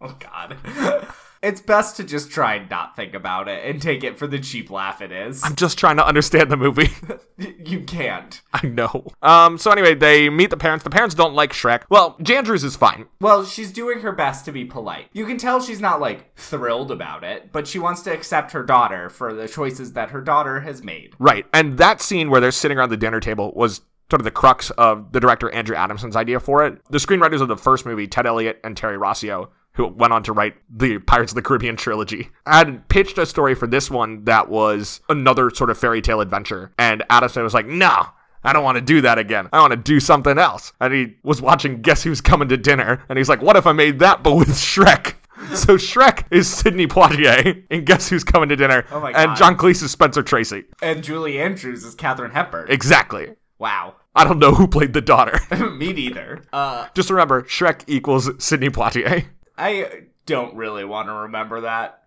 S2: Oh god. it's best to just try and not think about it and take it for the cheap laugh it is.
S1: I'm just trying to understand the movie.
S2: Y- you can't.
S1: I know. Um, so anyway, they meet the parents. The parents don't like Shrek. Well, Jandrews is fine.
S2: Well, she's doing her best to be polite. You can tell she's not like thrilled about it, but she wants to accept her daughter for the choices that her daughter has made.
S1: Right. And that scene where they're sitting around the dinner table was sort of the crux of the director Andrew Adamson's idea for it. The screenwriters of the first movie, Ted Elliott and Terry Rossio, who went on to write the Pirates of the Caribbean trilogy, had pitched a story for this one that was another sort of fairy tale adventure. And Adamson was like, no. I don't want to do that again. I want to do something else. And he was watching Guess Who's Coming to Dinner, and he's like, What if I made that but with Shrek? So Shrek is Sidney Poitier, and guess who's coming to dinner?
S2: Oh my God.
S1: And John Cleese is Spencer Tracy.
S2: And Julie Andrews is Katherine Hepburn.
S1: Exactly.
S2: wow.
S1: I don't know who played the daughter.
S2: Me neither. Uh,
S1: Just remember, Shrek equals Sidney Poitier.
S2: I don't really want to remember that.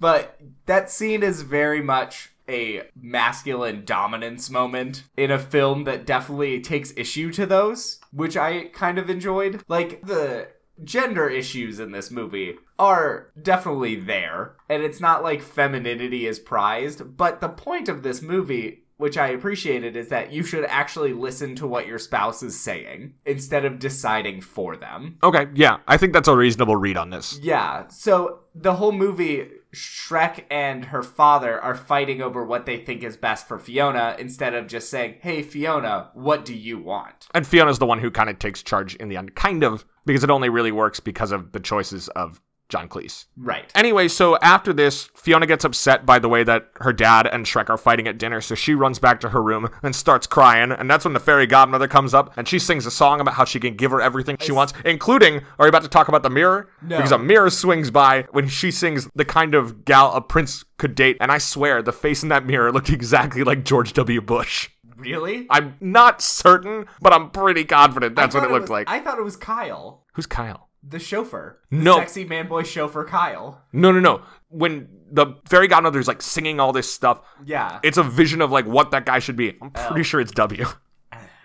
S2: but that scene is very much a masculine dominance moment in a film that definitely takes issue to those, which I kind of enjoyed. Like, the gender issues in this movie are definitely there, and it's not like femininity is prized, but the point of this movie which I appreciated is that you should actually listen to what your spouse is saying instead of deciding for them.
S1: Okay, yeah, I think that's a reasonable read on this.
S2: Yeah. So the whole movie, Shrek and her father are fighting over what they think is best for Fiona instead of just saying, hey, Fiona, what do you want?
S1: And Fiona's the one who kind of takes charge in the end, kind of, because it only really works because of the choices of John Cleese.
S2: Right.
S1: Anyway, so after this, Fiona gets upset by the way that her dad and Shrek are fighting at dinner, so she runs back to her room and starts crying. And that's when the fairy godmother comes up and she sings a song about how she can give her everything she wants, including are you about to talk about the mirror?
S2: No.
S1: Because a mirror swings by when she sings the kind of gal a prince could date. And I swear, the face in that mirror looked exactly like George W. Bush.
S2: Really?
S1: I'm not certain, but I'm pretty confident that's what it looked like.
S2: I thought it was Kyle,
S1: Who's Kyle?
S2: the chauffeur. The
S1: No.
S2: Sexy man boy chauffeur Kyle.
S1: No, no, no. When the fairy godmother is like singing all this stuff,
S2: Yeah.
S1: it's a vision of like what that guy should be. I'm pretty sure it's W.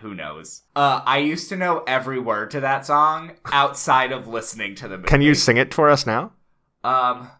S2: Who knows? Uh, I used to know every word to that song outside of listening to the movie.
S1: Can you sing it for us now?
S2: um,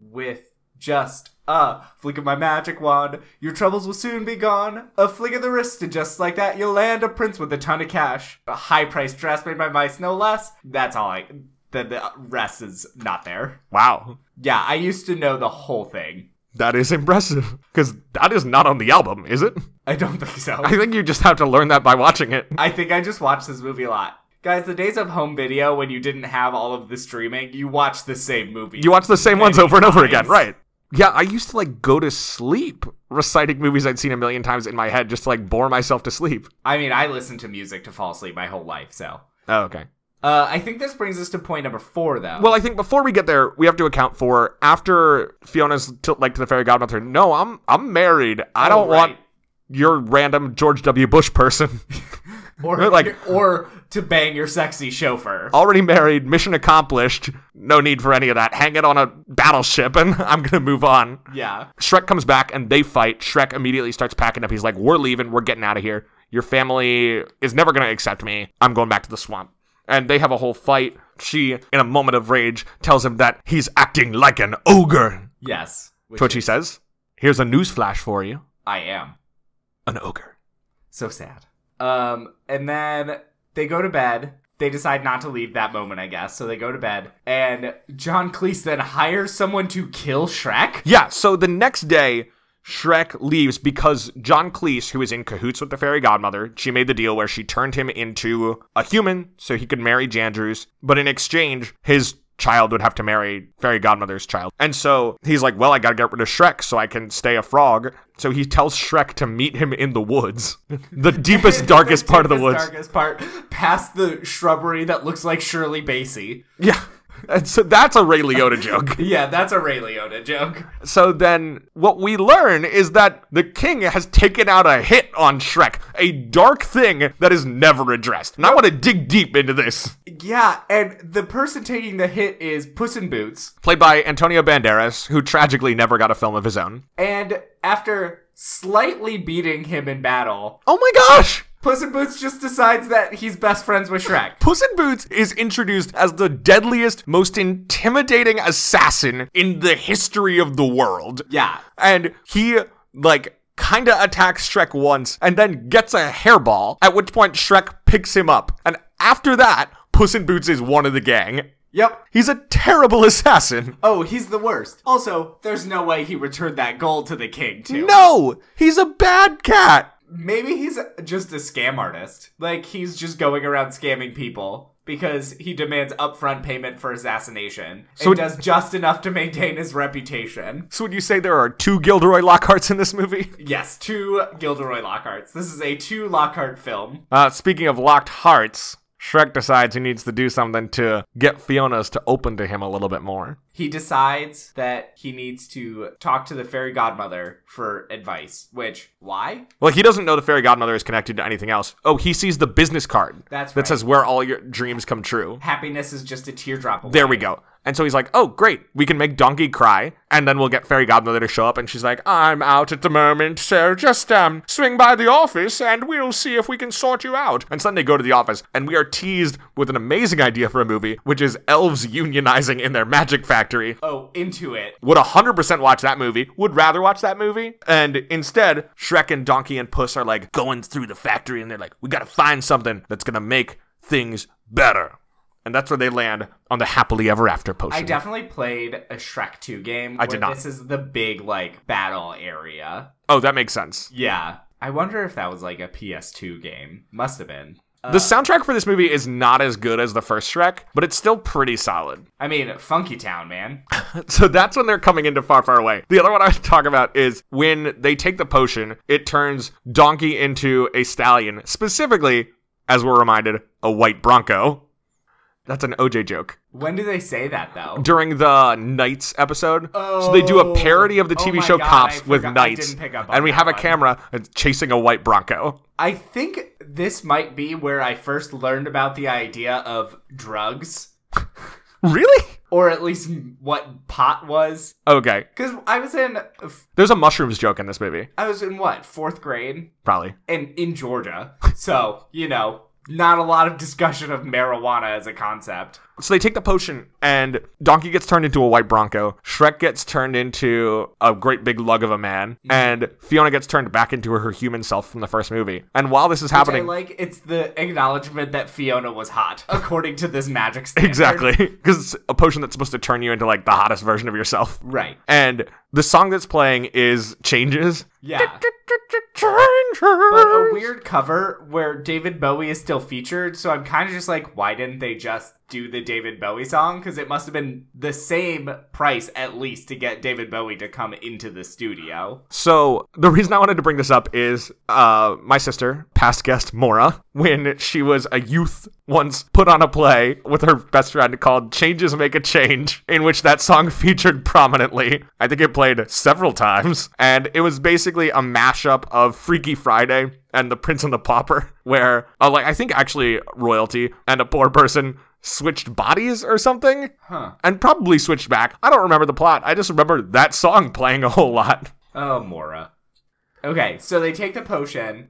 S2: with just a flick of my magic wand. Your troubles will soon be gone. A flick of the wrist, and just like that, you'll land a prince with a ton of cash. A high priced dress made by mice, no less. That's all I. The, the rest is not there.
S1: Wow.
S2: Yeah, I used to know the whole thing.
S1: That is impressive because that is not on the album, is it?
S2: I don't think so.
S1: I think you just have to learn that by watching it.
S2: I think I just watched this movie a lot. Guys, the days of home video when you didn't have all of the streaming, you watched the same movie.
S1: You watch the same ones over and over again,
S2: times.
S1: right? Yeah, I used to like go to sleep reciting movies I'd seen a million times in my head just to like bore myself to sleep.
S2: I mean, I listened to music to fall asleep my whole life, so.
S1: Oh, okay.
S2: Uh, I think this brings us to point number four, though.
S1: Well, I think before we get there, we have to account for after Fiona's t- like to the fairy godmother. No, I'm I'm married. I don't want
S2: right.
S1: your random George W. Bush person.
S2: or
S1: like- Oh.
S2: or to bang your sexy chauffeur.
S1: Already married, mission accomplished. No need for any of that. Hang it on a battleship, and I'm gonna move on.
S2: Yeah,
S1: Shrek comes back and they fight. Shrek immediately starts packing up. He's like, "We're leaving. We're getting out of here. Your family is never going to accept me. I'm going back to the swamp." And they have a whole fight. She, in a moment of rage, tells him that he's acting like an ogre.
S2: yes, which
S1: To Which he says, "Here's a news flash for you:
S2: I am.
S1: an ogre."
S2: So sad. Um, and then they go to bed. They decide not to leave that moment, I guess. So they go to bed, and John Cleese then hires someone to kill Shrek.
S1: Yeah. So the next day, Shrek leaves because John Cleese, who is in cahoots with the fairy godmother, she made the deal where she turned him into a human so he could marry Jandrews, but in exchange, his child would have to marry fairy godmother's child. And so he's like, "Well, I got to get rid of Shrek so I can stay a frog." So he tells Shrek to meet him in the woods. The deepest darkest part of the
S2: Deepest,
S1: woods.
S2: Darkest part, past the shrubbery that looks like Shirley Bassey.
S1: Yeah. And so that's a Ray Liotta joke.
S2: Yeah, that's a Ray Liotta joke.
S1: So then what we learn is that the king has taken out a hit on Shrek, a dark thing that is never addressed. And I want to dig deep into this.
S2: Yeah, and the person taking the hit is Puss in Boots.
S1: Played by Antonio Banderas, who tragically never got a film of his own.
S2: And after slightly beating him in battle,
S1: Oh my gosh!
S2: Puss in Boots just decides that he's best friends with Shrek.
S1: Puss in Boots is introduced as the deadliest, most intimidating assassin in the history of the world.
S2: Yeah.
S1: And he, like, kinda attacks Shrek once and then gets a hairball, at which point Shrek picks him up. And after that, Puss in Boots is one of the gang.
S2: Yep.
S1: He's a terrible assassin.
S2: Oh, he's the worst. Also, there's no way he returned that gold to the king, too.
S1: No, he's a bad cat.
S2: Maybe he's just a scam artist. Like, he's just going around scamming people because he demands upfront payment for assassination
S1: So-
S2: and does just enough to maintain his reputation.
S1: So would you say there are two Gilderoy Lockharts in this movie?
S2: Yes, two Gilderoy Lockharts. This is a two Lockhart film.
S1: Uh, speaking of locked hearts, Shrek decides he needs to do something to get Fiona's to open to him a little bit more.
S2: He decides that he needs to talk to the fairy godmother for advice, which, why?
S1: Well, he doesn't know the fairy godmother is connected to anything else. Oh, he sees the business card
S2: That's
S1: that
S2: right.
S1: says where all your dreams come true.
S2: Happiness is just a teardrop away.
S1: There we go. And so he's like, oh, great. We can make Donkey cry, and then we'll get Fairy Godmother to show up. And she's like, I'm out at the moment, so just um, swing by the office and we'll see if we can sort you out. And so then they go to the office, and we are teased with an amazing idea for a movie, which is elves unionizing in their magic factory.
S2: Oh, into it.
S1: Would 100% watch that movie, would rather watch that movie. And instead, Shrek and Donkey and Puss are like going through the factory, and they're like, we gotta find something that's gonna make things better. And that's where they land on the happily ever after potion.
S2: I definitely played a Shrek 2 game.
S1: I did
S2: where
S1: not.
S2: This is the big, like, battle area.
S1: Oh, that makes sense.
S2: Yeah. I wonder if that was, like, a PS2 game. Must have been.
S1: the soundtrack for this movie is not as good as the first Shrek, but it's still pretty solid.
S2: I mean, Funky Town, man.
S1: So that's when they're coming into Far Far Away. The other one I want to talk about is when they take the potion, it turns Donkey into a stallion, specifically, as we're reminded, a white Bronco. That's an OJ joke.
S2: When do they say that, though?
S1: During the Knights episode, so they do a parody of the
S2: Oh
S1: TV
S2: my
S1: show
S2: God, I
S1: Cops
S2: forgot-
S1: with
S2: I
S1: Knights,
S2: didn't pick up on
S1: and we
S2: that
S1: have a
S2: one.
S1: camera that's chasing a white Bronco.
S2: I think this might be where I first learned about the idea of drugs,
S1: Really?
S2: or at least m- what pot was.
S1: Okay.
S2: Because I was in,
S1: There's a mushrooms joke in this movie,
S2: I was in what fourth grade,
S1: probably.
S2: and in Georgia, so you know, not a lot of discussion of marijuana as a concept.
S1: So they take the potion, and Donkey gets turned into a white Bronco. Shrek gets turned into a great big lug of a man,
S2: Mm-hmm.
S1: and Fiona gets turned back into her human self from the first movie. And while this is
S2: Which I
S1: happening,
S2: like it's the acknowledgement that Fiona was hot, according to this magic standard.
S1: exactly, because it's a potion that's supposed to turn you into like the hottest version of yourself.
S2: Right.
S1: And the song that's playing is Changes.
S2: Yeah.
S1: Changes.
S2: But a weird cover where David Bowie is still featured, so I'm kind of just like, why didn't they just do the David Bowie song? Because it must have been the same price at least to get David Bowie to come into the studio.
S1: So the reason I wanted to bring this up is uh, my sister, past guest Mora, when she was a youth, once put on a play with her best friend called "Changes Make a Change," in which that song featured prominently. I think it played several times, and it was basically a mashup of Freaky Friday and The Prince and the Pauper, where uh, like I think actually royalty and a poor person switched bodies or something
S2: Huh.
S1: and probably switched back i don't remember the plot i just remember that song playing a whole lot
S2: Oh, Mora. Okay, so they take the potion.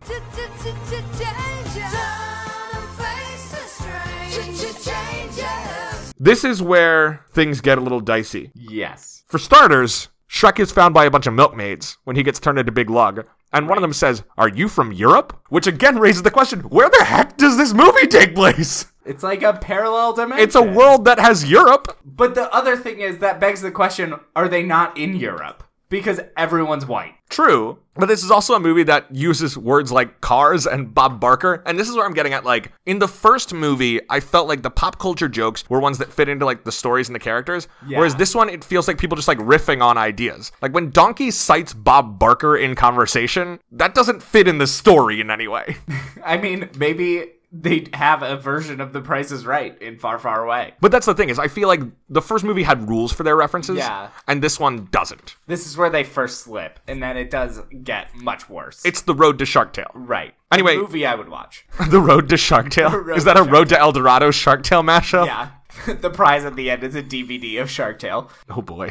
S1: This is where things get a little dicey.
S2: Yes.
S1: For starters, Shrek is found by a bunch of milkmaids when he gets turned into Big Lug, and one of them says, Are you from Europe? Which again raises the question where the heck does this movie take place?
S2: It's like a parallel dimension.
S1: It's a world that has Europe.
S2: But the other thing is that begs the question are they not in Europe? Because everyone's white.
S1: True. But this is also a movie that uses words like cars and Bob Barker. And this is where I'm getting at. Like, in the first movie, I felt like the pop culture jokes were ones that fit into, like, the stories and the characters.
S2: Yeah.
S1: Whereas this one, it feels like people just, like, riffing on ideas. Like, when Donkey cites Bob Barker in conversation, that doesn't fit in the story in any way.
S2: I mean, maybe they have a version of The Price is Right in Far, Far Away.
S1: but that's the thing, is I feel like the first movie had rules for their references.
S2: Yeah.
S1: And this one doesn't.
S2: This is where they first slip, and then it does get much worse.
S1: It's the road to Shark Tale.
S2: right.
S1: Anyway-
S2: a movie I would watch.
S1: the road to Shark Tale?
S2: road
S1: Is that
S2: to
S1: a road to El Dorado Shark Tale mashup?
S2: Yeah, the prize at the end is a DVD of Shark Tale.
S1: Oh boy.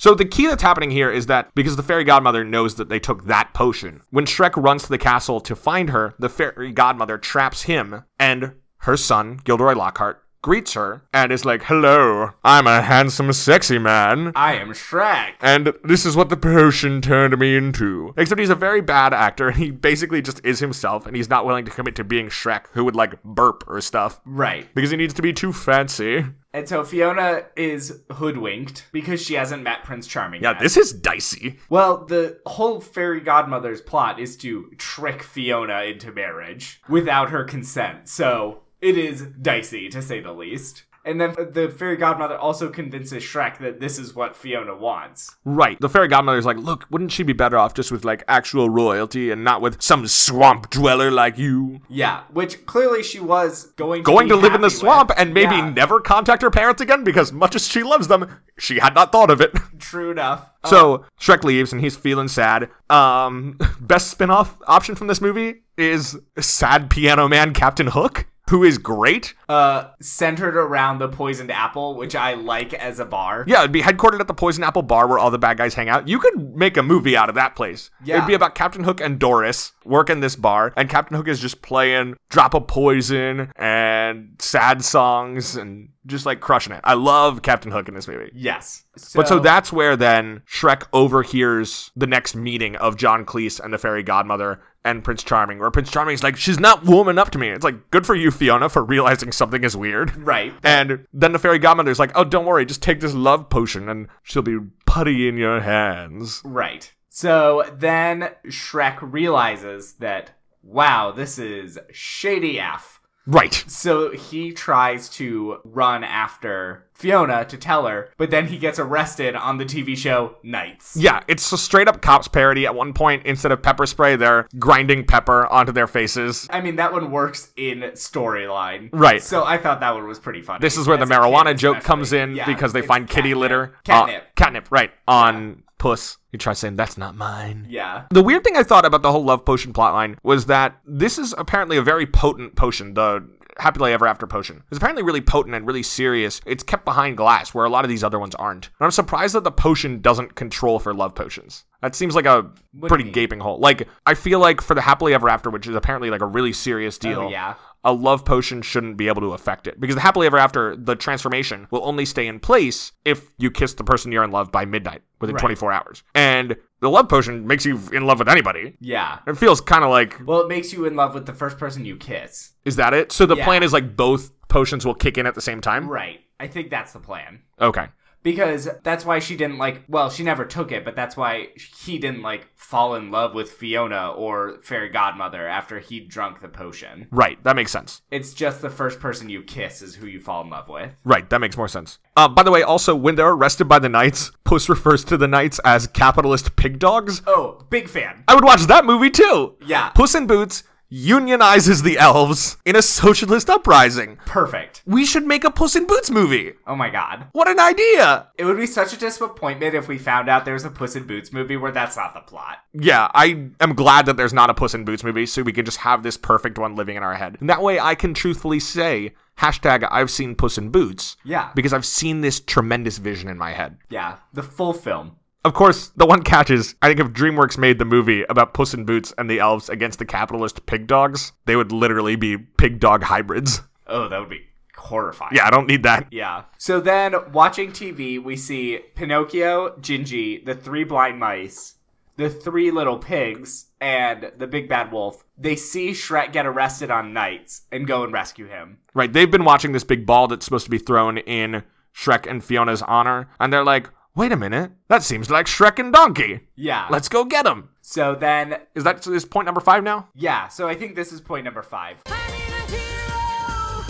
S1: So the key that's happening here is that because the fairy godmother knows that they took that potion, when Shrek runs to the castle to find her, the fairy godmother traps him and her son, Gilderoy Lockhart, greets her and is like, "Hello, I'm a handsome sexy man."
S2: I am Shrek.
S1: And this is what the potion turned me into. Except he's a very bad actor. He basically just is himself and he's not willing to commit to being Shrek who would like burp or stuff
S2: Right.
S1: because he needs to be too fancy.
S2: And so Fiona is hoodwinked because she hasn't met Prince Charming.
S1: Yeah,
S2: yet.
S1: this is dicey.
S2: Well, the whole fairy godmother's plot is to trick Fiona into marriage without her consent, so it is dicey to say the least. And then the fairy godmother also convinces Shrek that this is what Fiona wants.
S1: Right. The fairy godmother's like, look, wouldn't she be better off just with like actual royalty and not with some swamp dweller like you?
S2: Yeah, which clearly she was going to
S1: Going
S2: be
S1: to live in the
S2: happy
S1: swamp
S2: with.
S1: and maybe
S2: Yeah,
S1: never contact her parents again because much as she loves them, she had not thought of it.
S2: True enough. Uh,
S1: So Shrek leaves and he's feeling sad. Um, best spin-off option from this movie is sad piano man Captain Hook, who is great.
S2: uh, centered around the poisoned apple, which I like as a bar.
S1: Yeah, it'd be headquartered at the Poison Apple Bar where all the bad guys hang out. You could make a movie out of that place.
S2: Yeah.
S1: It'd be about Captain Hook and Doris working this bar, and Captain Hook is just playing Drop a Poison and sad songs and just like crushing it. I love Captain Hook in this movie.
S2: Yes.
S1: But so that's where then Shrek overhears the next meeting of John Cleese and the fairy godmother and Prince Charming, where Prince Charming's like, she's not warming up to me. It's like, good for you, Fiona, for realizing something is weird.
S2: Right.
S1: And then the fairy godmother's like, oh, don't worry, just take this love potion and she'll be putty in your hands.
S2: Right. So then Shrek realizes that, wow, this is shady af.
S1: Right.
S2: So he tries to run after Fiona to tell her, but then he gets arrested on the TV show Knights.
S1: Yeah, it's a straight up cops parody. At one point, instead of pepper spray, they're grinding pepper onto their faces.
S2: I mean, that one works in storyline.
S1: Right.
S2: So I thought that one was pretty funny.
S1: This is where the
S2: As a kid,
S1: marijuana joke comes
S2: especially.
S1: in
S2: Yeah,
S1: because they
S2: it's
S1: find kitty
S2: catnip.
S1: litter.
S2: Catnip.
S1: Uh, catnip, right. On Puss. He tries saying, that's not mine.
S2: yeah.
S1: The weird thing I thought about the whole love potion plotline was that this is apparently a very potent potion, the happily ever after potion. It's apparently really potent and really serious. It's kept behind glass where a lot of these other ones aren't. And I'm surprised that the potion doesn't control for love potions. That seems like a
S2: you
S1: pretty
S2: mean?
S1: gaping hole. Like I feel like for the happily ever after, which is apparently like a really serious deal,
S2: Oh, yeah.
S1: a love potion shouldn't be able to affect it because the happily ever after, the transformation will only stay in place if you kiss the person you're in love by midnight within
S2: Right.
S1: 24 hours. And the love potion makes you in love with anybody.
S2: Yeah.
S1: It feels kind of like
S2: Well, it makes you in love with the first person you kiss.
S1: is that it? So the
S2: Yeah.
S1: plan is like both potions will kick in at the same time.
S2: Right. I think that's the plan.
S1: Okay.
S2: because that's why she didn't like well she never took it but that's why he didn't like fall in love with fiona or fairy godmother after he drunk the potion
S1: Right. That makes sense.
S2: it's just the first person you kiss is who you fall in love with
S1: Right, that makes more sense. Uh, by the way, also, when they're arrested by the Knights, Puss refers to the Knights as capitalist pig dogs.
S2: oh big fan
S1: I would watch that movie too.
S2: Yeah.
S1: Puss in Boots unionizes the elves in a socialist uprising.
S2: perfect
S1: We should make a Puss in Boots movie.
S2: oh my god
S1: What an idea!
S2: it would be such a disappointment if we found out there's a puss in boots movie where that's not the plot
S1: Yeah, I am glad that there's not a Puss in Boots movie so we can just have this perfect one living in our head. And that way I can truthfully say, hashtag I've seen Puss in Boots.
S2: Yeah.
S1: Because I've seen this tremendous vision in my head.
S2: yeah the full film
S1: Of course, the one catch is I think if DreamWorks made the movie about Puss in Boots and the elves against the capitalist pig dogs, they would literally be pig dog hybrids.
S2: oh that would be horrifying
S1: Yeah, I don't need that.
S2: Yeah. So then, watching TV, we see Pinocchio, Gingy, the three blind mice, the three little pigs, and the big bad wolf. They see Shrek get arrested on nights and go and rescue him.
S1: Right, they've been watching this big ball that's supposed to be thrown in Shrek and Fiona's honor, and they're like, wait a minute, that seems like Shrek and Donkey.
S2: Yeah.
S1: Let's go get him.
S2: so then,
S1: Is that is point number five now?
S2: yeah. So I think this is point number five.
S4: I need a hero.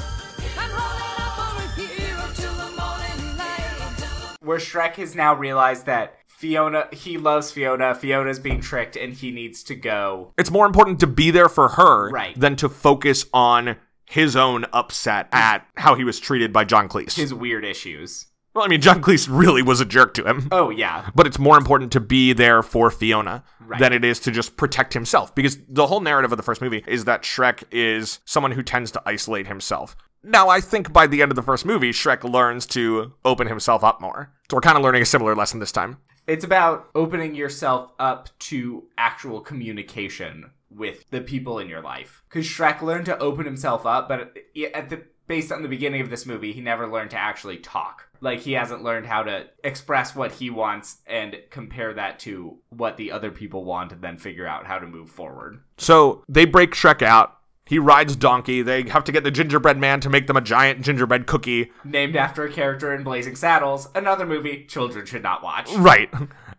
S4: I'm rolling up on a hero till the morning light.
S2: Where Shrek has now realized that Fiona, he loves Fiona, Fiona's being tricked, and he needs to go.
S1: It's more important to be there for her
S2: Right.
S1: than to focus on his own upset at how he was treated by John Cleese.
S2: His weird issues.
S1: well, I mean, John Cleese really was a jerk to him.
S2: Oh, yeah.
S1: but it's more important to be there for Fiona
S2: Right.
S1: than it is to just protect himself. Because the whole narrative of the first movie is that Shrek is someone who tends to isolate himself. Now, I think by the end of the first movie, Shrek learns to open himself up more. So we're kind of learning a similar lesson this time.
S2: It's about opening yourself up to actual communication with the people in your life. Because Shrek learned to open himself up, but at the based on the beginning of this movie, he never learned to actually talk. Like he hasn't learned how to express what he wants and compare that to what the other people want, and then figure out how to move forward.
S1: So they break Shrek out. He rides Donkey. They have to get the gingerbread man to make them a giant gingerbread cookie.
S2: Named after a character in Blazing Saddles, another movie children should not watch.
S1: Right.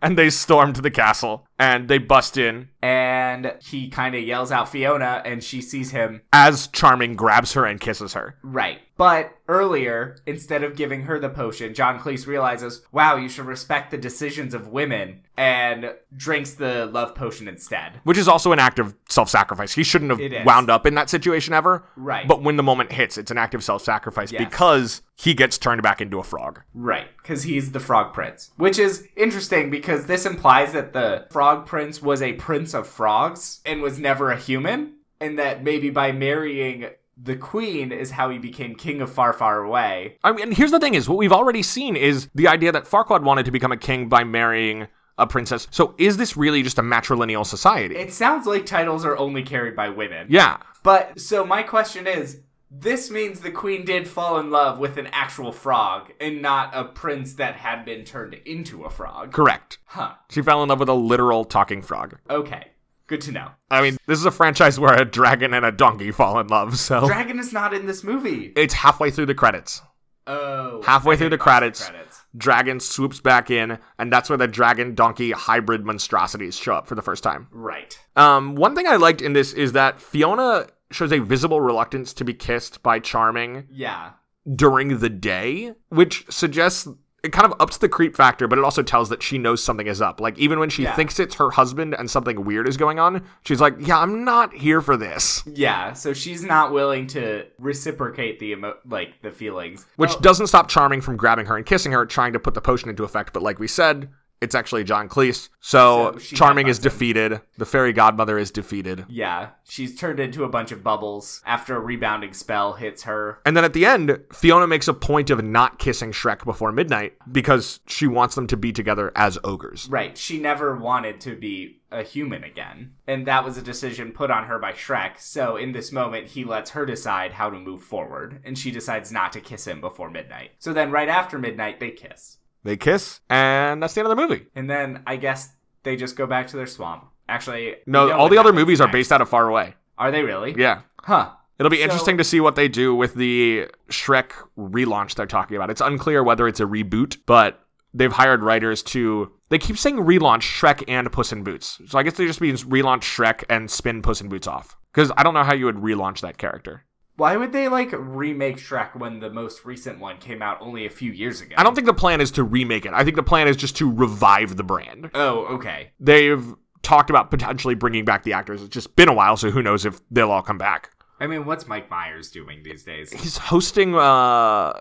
S1: And they storm to the castle. and they bust in
S2: And he kind of yells out Fiona, and she sees him.
S1: as Charming grabs her and kisses her.
S2: Right. But earlier, instead of giving her the potion, John Cleese realizes, wow, you should respect the decisions of women, and drinks the love potion instead.
S1: Which is also an act of self sacrifice. He shouldn't
S2: It is.
S1: have wound up in that situation ever.
S2: Right.
S1: But when the moment hits, it's an act of self sacrifice
S2: Yes.
S1: because he gets turned back into a frog.
S2: Right, because he's the Frog Prince. Which is interesting because this implies that the Frog Prince was a prince of frogs and was never a human, and that maybe by marrying the queen is how he became king of Far Far Away.
S1: I mean, and here's the thing is what we've already seen is the idea that Farquaad wanted to become a king by marrying a princess. So is this really just a matrilineal society?
S2: It sounds like titles are only carried by women.
S1: yeah.
S2: But so my question is this means the queen did fall in love with an actual frog and not a prince that had been turned into a frog.
S1: Correct.
S2: Huh.
S1: She fell in love with a literal talking frog.
S2: Okay. Good to know.
S1: I mean, this is a franchise where a dragon and a donkey fall in love, so
S2: Dragon is not in this movie.
S1: it's halfway through the credits.
S2: Oh.
S1: Halfway through the credits,
S2: credits.
S1: dragon swoops back in, and that's where the dragon donkey hybrid monstrosities show up for the first time.
S2: Right.
S1: Um, one thing I liked in this is that Fiona shows a visible reluctance to be kissed by Charming
S2: Yeah.
S1: during the day, which suggests it kind of ups the creep factor, but it also tells that she knows something is up. Like even when she
S2: Yeah.
S1: thinks it's her husband and something weird is going on, she's like, "Yeah, I'm not here for this."
S2: Yeah, so she's not willing to reciprocate the emo- like the feelings.
S1: Which
S2: Well,
S1: doesn't stop Charming from grabbing her and kissing her, trying to put the potion into effect. But like we said, it's actually John Cleese. So,
S2: So she
S1: Charming is
S2: got busted.
S1: defeated. The fairy godmother is defeated.
S2: yeah, she's turned into a bunch of bubbles after a rebounding spell hits her.
S1: And then at the end, Fiona makes a point of not kissing Shrek before midnight because she wants them to be together as ogres.
S2: Right, she never wanted to be a human again, and that was a decision put on her by Shrek. So in this moment, he lets her decide how to move forward, and she decides not to kiss him before midnight. So then right after midnight, they kiss.
S1: They kiss, and that's the end of the movie.
S2: And then I guess they just go back to their swamp. Actually,
S1: No,
S2: we know
S1: all
S2: what
S1: the other
S2: happens
S1: movies are
S2: next.
S1: based out of Far Away.
S2: Are they really?
S1: Yeah.
S2: Huh.
S1: It'll be
S2: So-
S1: interesting to see what they do with the Shrek relaunch they're talking about. It's unclear whether it's a reboot, but they've hired writers to. They keep saying relaunch Shrek and Puss in Boots. So I guess they just means relaunch Shrek and spin Puss in Boots off. Because I don't know how you would relaunch that character.
S2: Why would they like remake Shrek when the most recent one came out only a few years ago?
S1: I don't think the plan is to remake it. I think the plan is just to revive the brand.
S2: Oh, okay.
S1: They've talked about potentially bringing back the actors. It's just been a while, so who knows if they'll all come back.
S2: I mean, what's Mike Myers doing these days?
S1: He's hosting uh,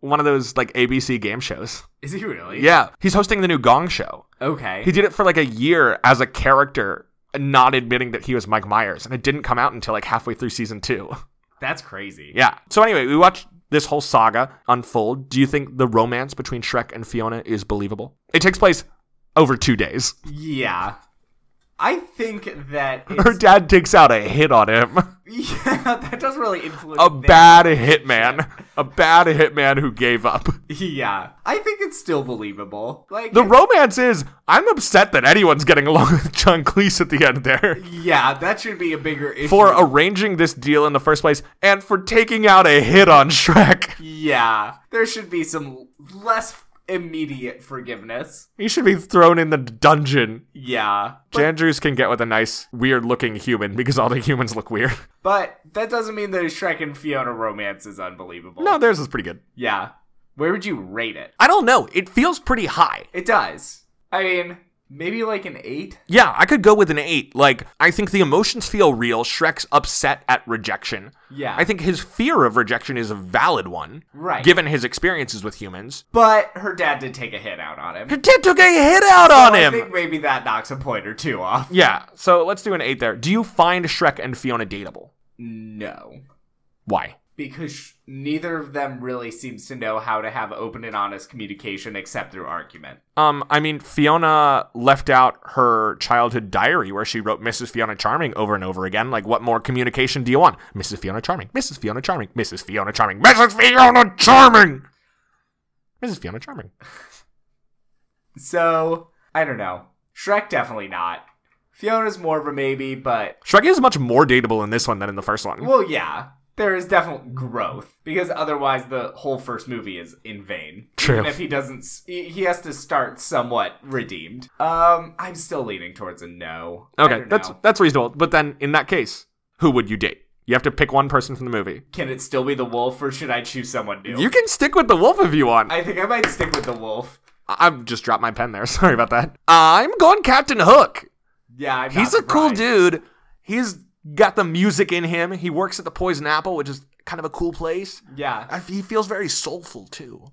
S1: one of those like ABC game shows.
S2: Is he really?
S1: Yeah, he's hosting the new Gong Show.
S2: Okay.
S1: He did it for like a year as a character, not admitting that he was Mike Myers, and it didn't come out until like halfway through season two.
S2: That's crazy.
S1: Yeah. So anyway, we watched this whole saga unfold. Do you think the romance between Shrek and Fiona is believable? It takes place over two days.
S2: Yeah. I think that
S1: Her
S2: it's,
S1: dad takes out a hit on him.
S2: yeah, that does really influence
S1: A
S2: things.
S1: bad hitman. A bad hitman who gave up.
S2: Yeah. I think it's still believable. Like
S1: The
S2: it's-
S1: romance is I'm upset that anyone's getting along with John Cleese at the end there.
S2: yeah, that should be a bigger issue.
S1: for arranging this deal in the first place and for taking out a hit on Shrek.
S2: yeah, there should be some less immediate forgiveness.
S1: He should be thrown in the dungeon.
S2: Yeah.
S1: Jandrews can get with a nice, weird looking human because all the humans look weird.
S2: But that doesn't mean that a Shrek and Fiona romance is unbelievable.
S1: No, theirs is pretty good.
S2: Yeah. Where would you rate it?
S1: I don't know. It feels pretty high.
S2: It does. I mean, maybe like an eight?
S1: Yeah, I could go with an eight. Like, I think the emotions feel real. Shrek's upset at rejection.
S2: Yeah.
S1: I think his fear of rejection is a valid one.
S2: Right.
S1: Given his experiences with humans.
S2: But her dad did take a hit out on him.
S1: Her dad took a hit out on
S2: Oh, I
S1: him.
S2: think maybe that knocks a point or two off.
S1: Yeah, so let's do an eight there. Do you find Shrek and Fiona dateable?
S2: No.
S1: Why?
S2: Because sh- neither of them really seems to know how to have open and honest communication except through argument.
S1: Um, I mean, Fiona left out her childhood diary where she wrote Mrs. Fiona Charming over and over again. Like, what more communication do you want? Mrs. Fiona Charming, Mrs. Fiona Charming, Mrs. Fiona Charming, Mrs. Fiona Charming, Mrs. Fiona Charming.
S2: So, I don't know. Shrek definitely not. Fiona's more of a maybe, but
S1: Shrek is much more dateable in this one than in the first one.
S2: Well, yeah. there is definite growth because otherwise the whole first movie is in vain.
S1: True.
S2: Even if he doesn't, s- he he has to start somewhat redeemed. Um, I'm still leaning towards a no. I
S1: Okay,
S2: don't
S1: that's
S2: know.
S1: that's reasonable. But then in that case, who would you date? You have to pick one person from the movie.
S2: Can it still be the wolf, or should I choose someone new?
S1: You can stick with the wolf if you want. I,
S2: I think I might stick with the wolf.
S1: I've just dropped my pen there. Sorry about that. I'm going Captain Hook.
S2: Yeah, I'm
S1: He's
S2: not
S1: a cool
S2: surprised.
S1: dude. He's got the music in him. He works at the Poison Apple, which is kind of a cool place.
S2: Yeah, Mm.
S1: I- He feels very soulful too.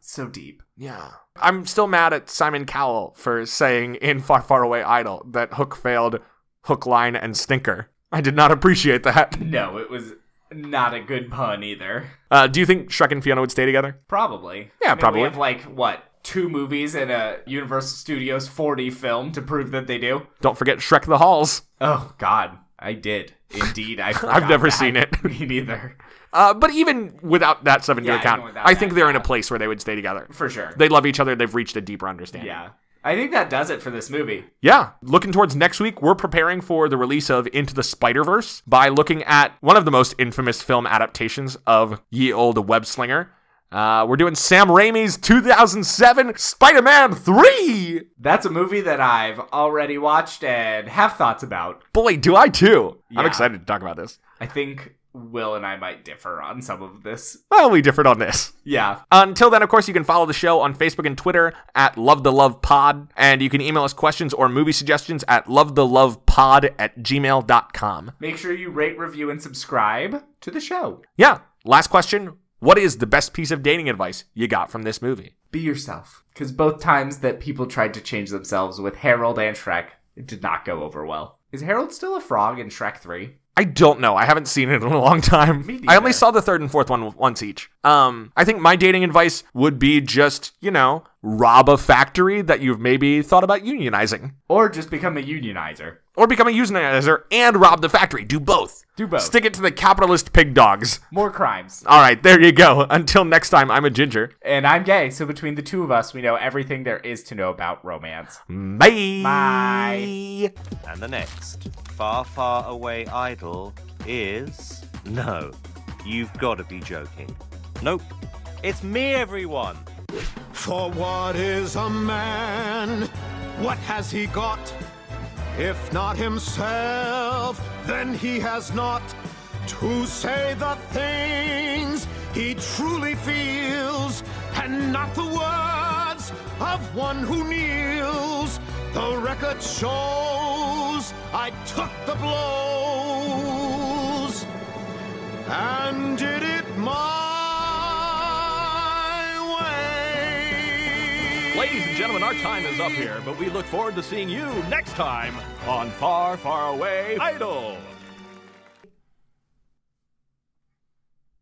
S2: so deep.
S1: Yeah. I'm still mad at Simon Cowell for saying in Far Far Away Idol that Hook failed hook, line, and stinker. I did not appreciate that.
S2: No, it was not a good pun either.
S1: Uh, do you think Shrek and Fiona would stay together?
S2: Probably.
S1: Yeah,
S2: I mean,
S1: probably.
S2: We have like what two movies and a Universal Studios 40 film to prove that they do.
S1: Don't forget Shrek the Halls.
S2: Oh God, I did indeed. I
S1: I've never
S2: forgot
S1: seen
S2: that.
S1: it.
S2: Me neither,
S1: Uh, but even without that stuff into
S2: Yeah, even
S1: account,
S2: without
S1: I
S2: that,
S1: think they're in a
S2: yeah.
S1: place where they would stay together.
S2: for sure.
S1: They love each other. They've reached a deeper understanding.
S2: yeah, I think that does it for this movie.
S1: Yeah, looking towards next week, we're preparing for the release of Into the Spider Verse by looking at one of the most infamous film adaptations of Ye Old Web Slinger. Uh, we're doing Sam Raimi's 2007 Spider Man 3.
S2: That's a movie that I've already watched and have thoughts about.
S1: Boy, do I too. I'm
S2: Yeah.
S1: excited to talk about this.
S2: I think Will and I might differ on some of this.
S1: Well, we differed on this.
S2: Yeah,
S1: Until then, of course, you can follow the show on Facebook and Twitter at Love the Love Pod, and you can email us questions or movie suggestions at lovethelovepod at gmail.com.
S2: make sure you rate, review, and subscribe to the show.
S1: Yeah, last question. What is the best piece of dating advice you got from this movie?
S2: Be yourself, because both times that people tried to change themselves with Harold and Shrek, it did not go over well. Is Harold still a frog in Shrek Three?
S1: I don't know. I haven't seen it in a long time.
S2: Me
S1: I only
S2: neither.
S1: saw the third and fourth one once each. Um, I think my dating advice would be just, you know, rob a factory that you've maybe thought about unionizing.
S2: Or just become a unionizer?
S1: Or become a unionizer and rob the factory. Do both.
S2: Do both.
S1: Stick it to the capitalist pig dogs.
S2: More crimes.
S1: All right, there you go. Until next time, I'm a ginger.
S2: And I'm gay, so between the two of us, we know everything there is to know about romance.
S1: Bye.
S2: Bye.
S5: And the next far, far away idol is. No, you've got to be joking. Nope, it's me, everyone.
S6: For what is a man? What has he got? If not himself, then he has not to say the things he truly feels, and not the words of one who kneels. The record shows I took the blows and did it my way.
S7: Ladies and gentlemen, our time is up here, but we look forward to seeing you next time on Far, Far Away Idol.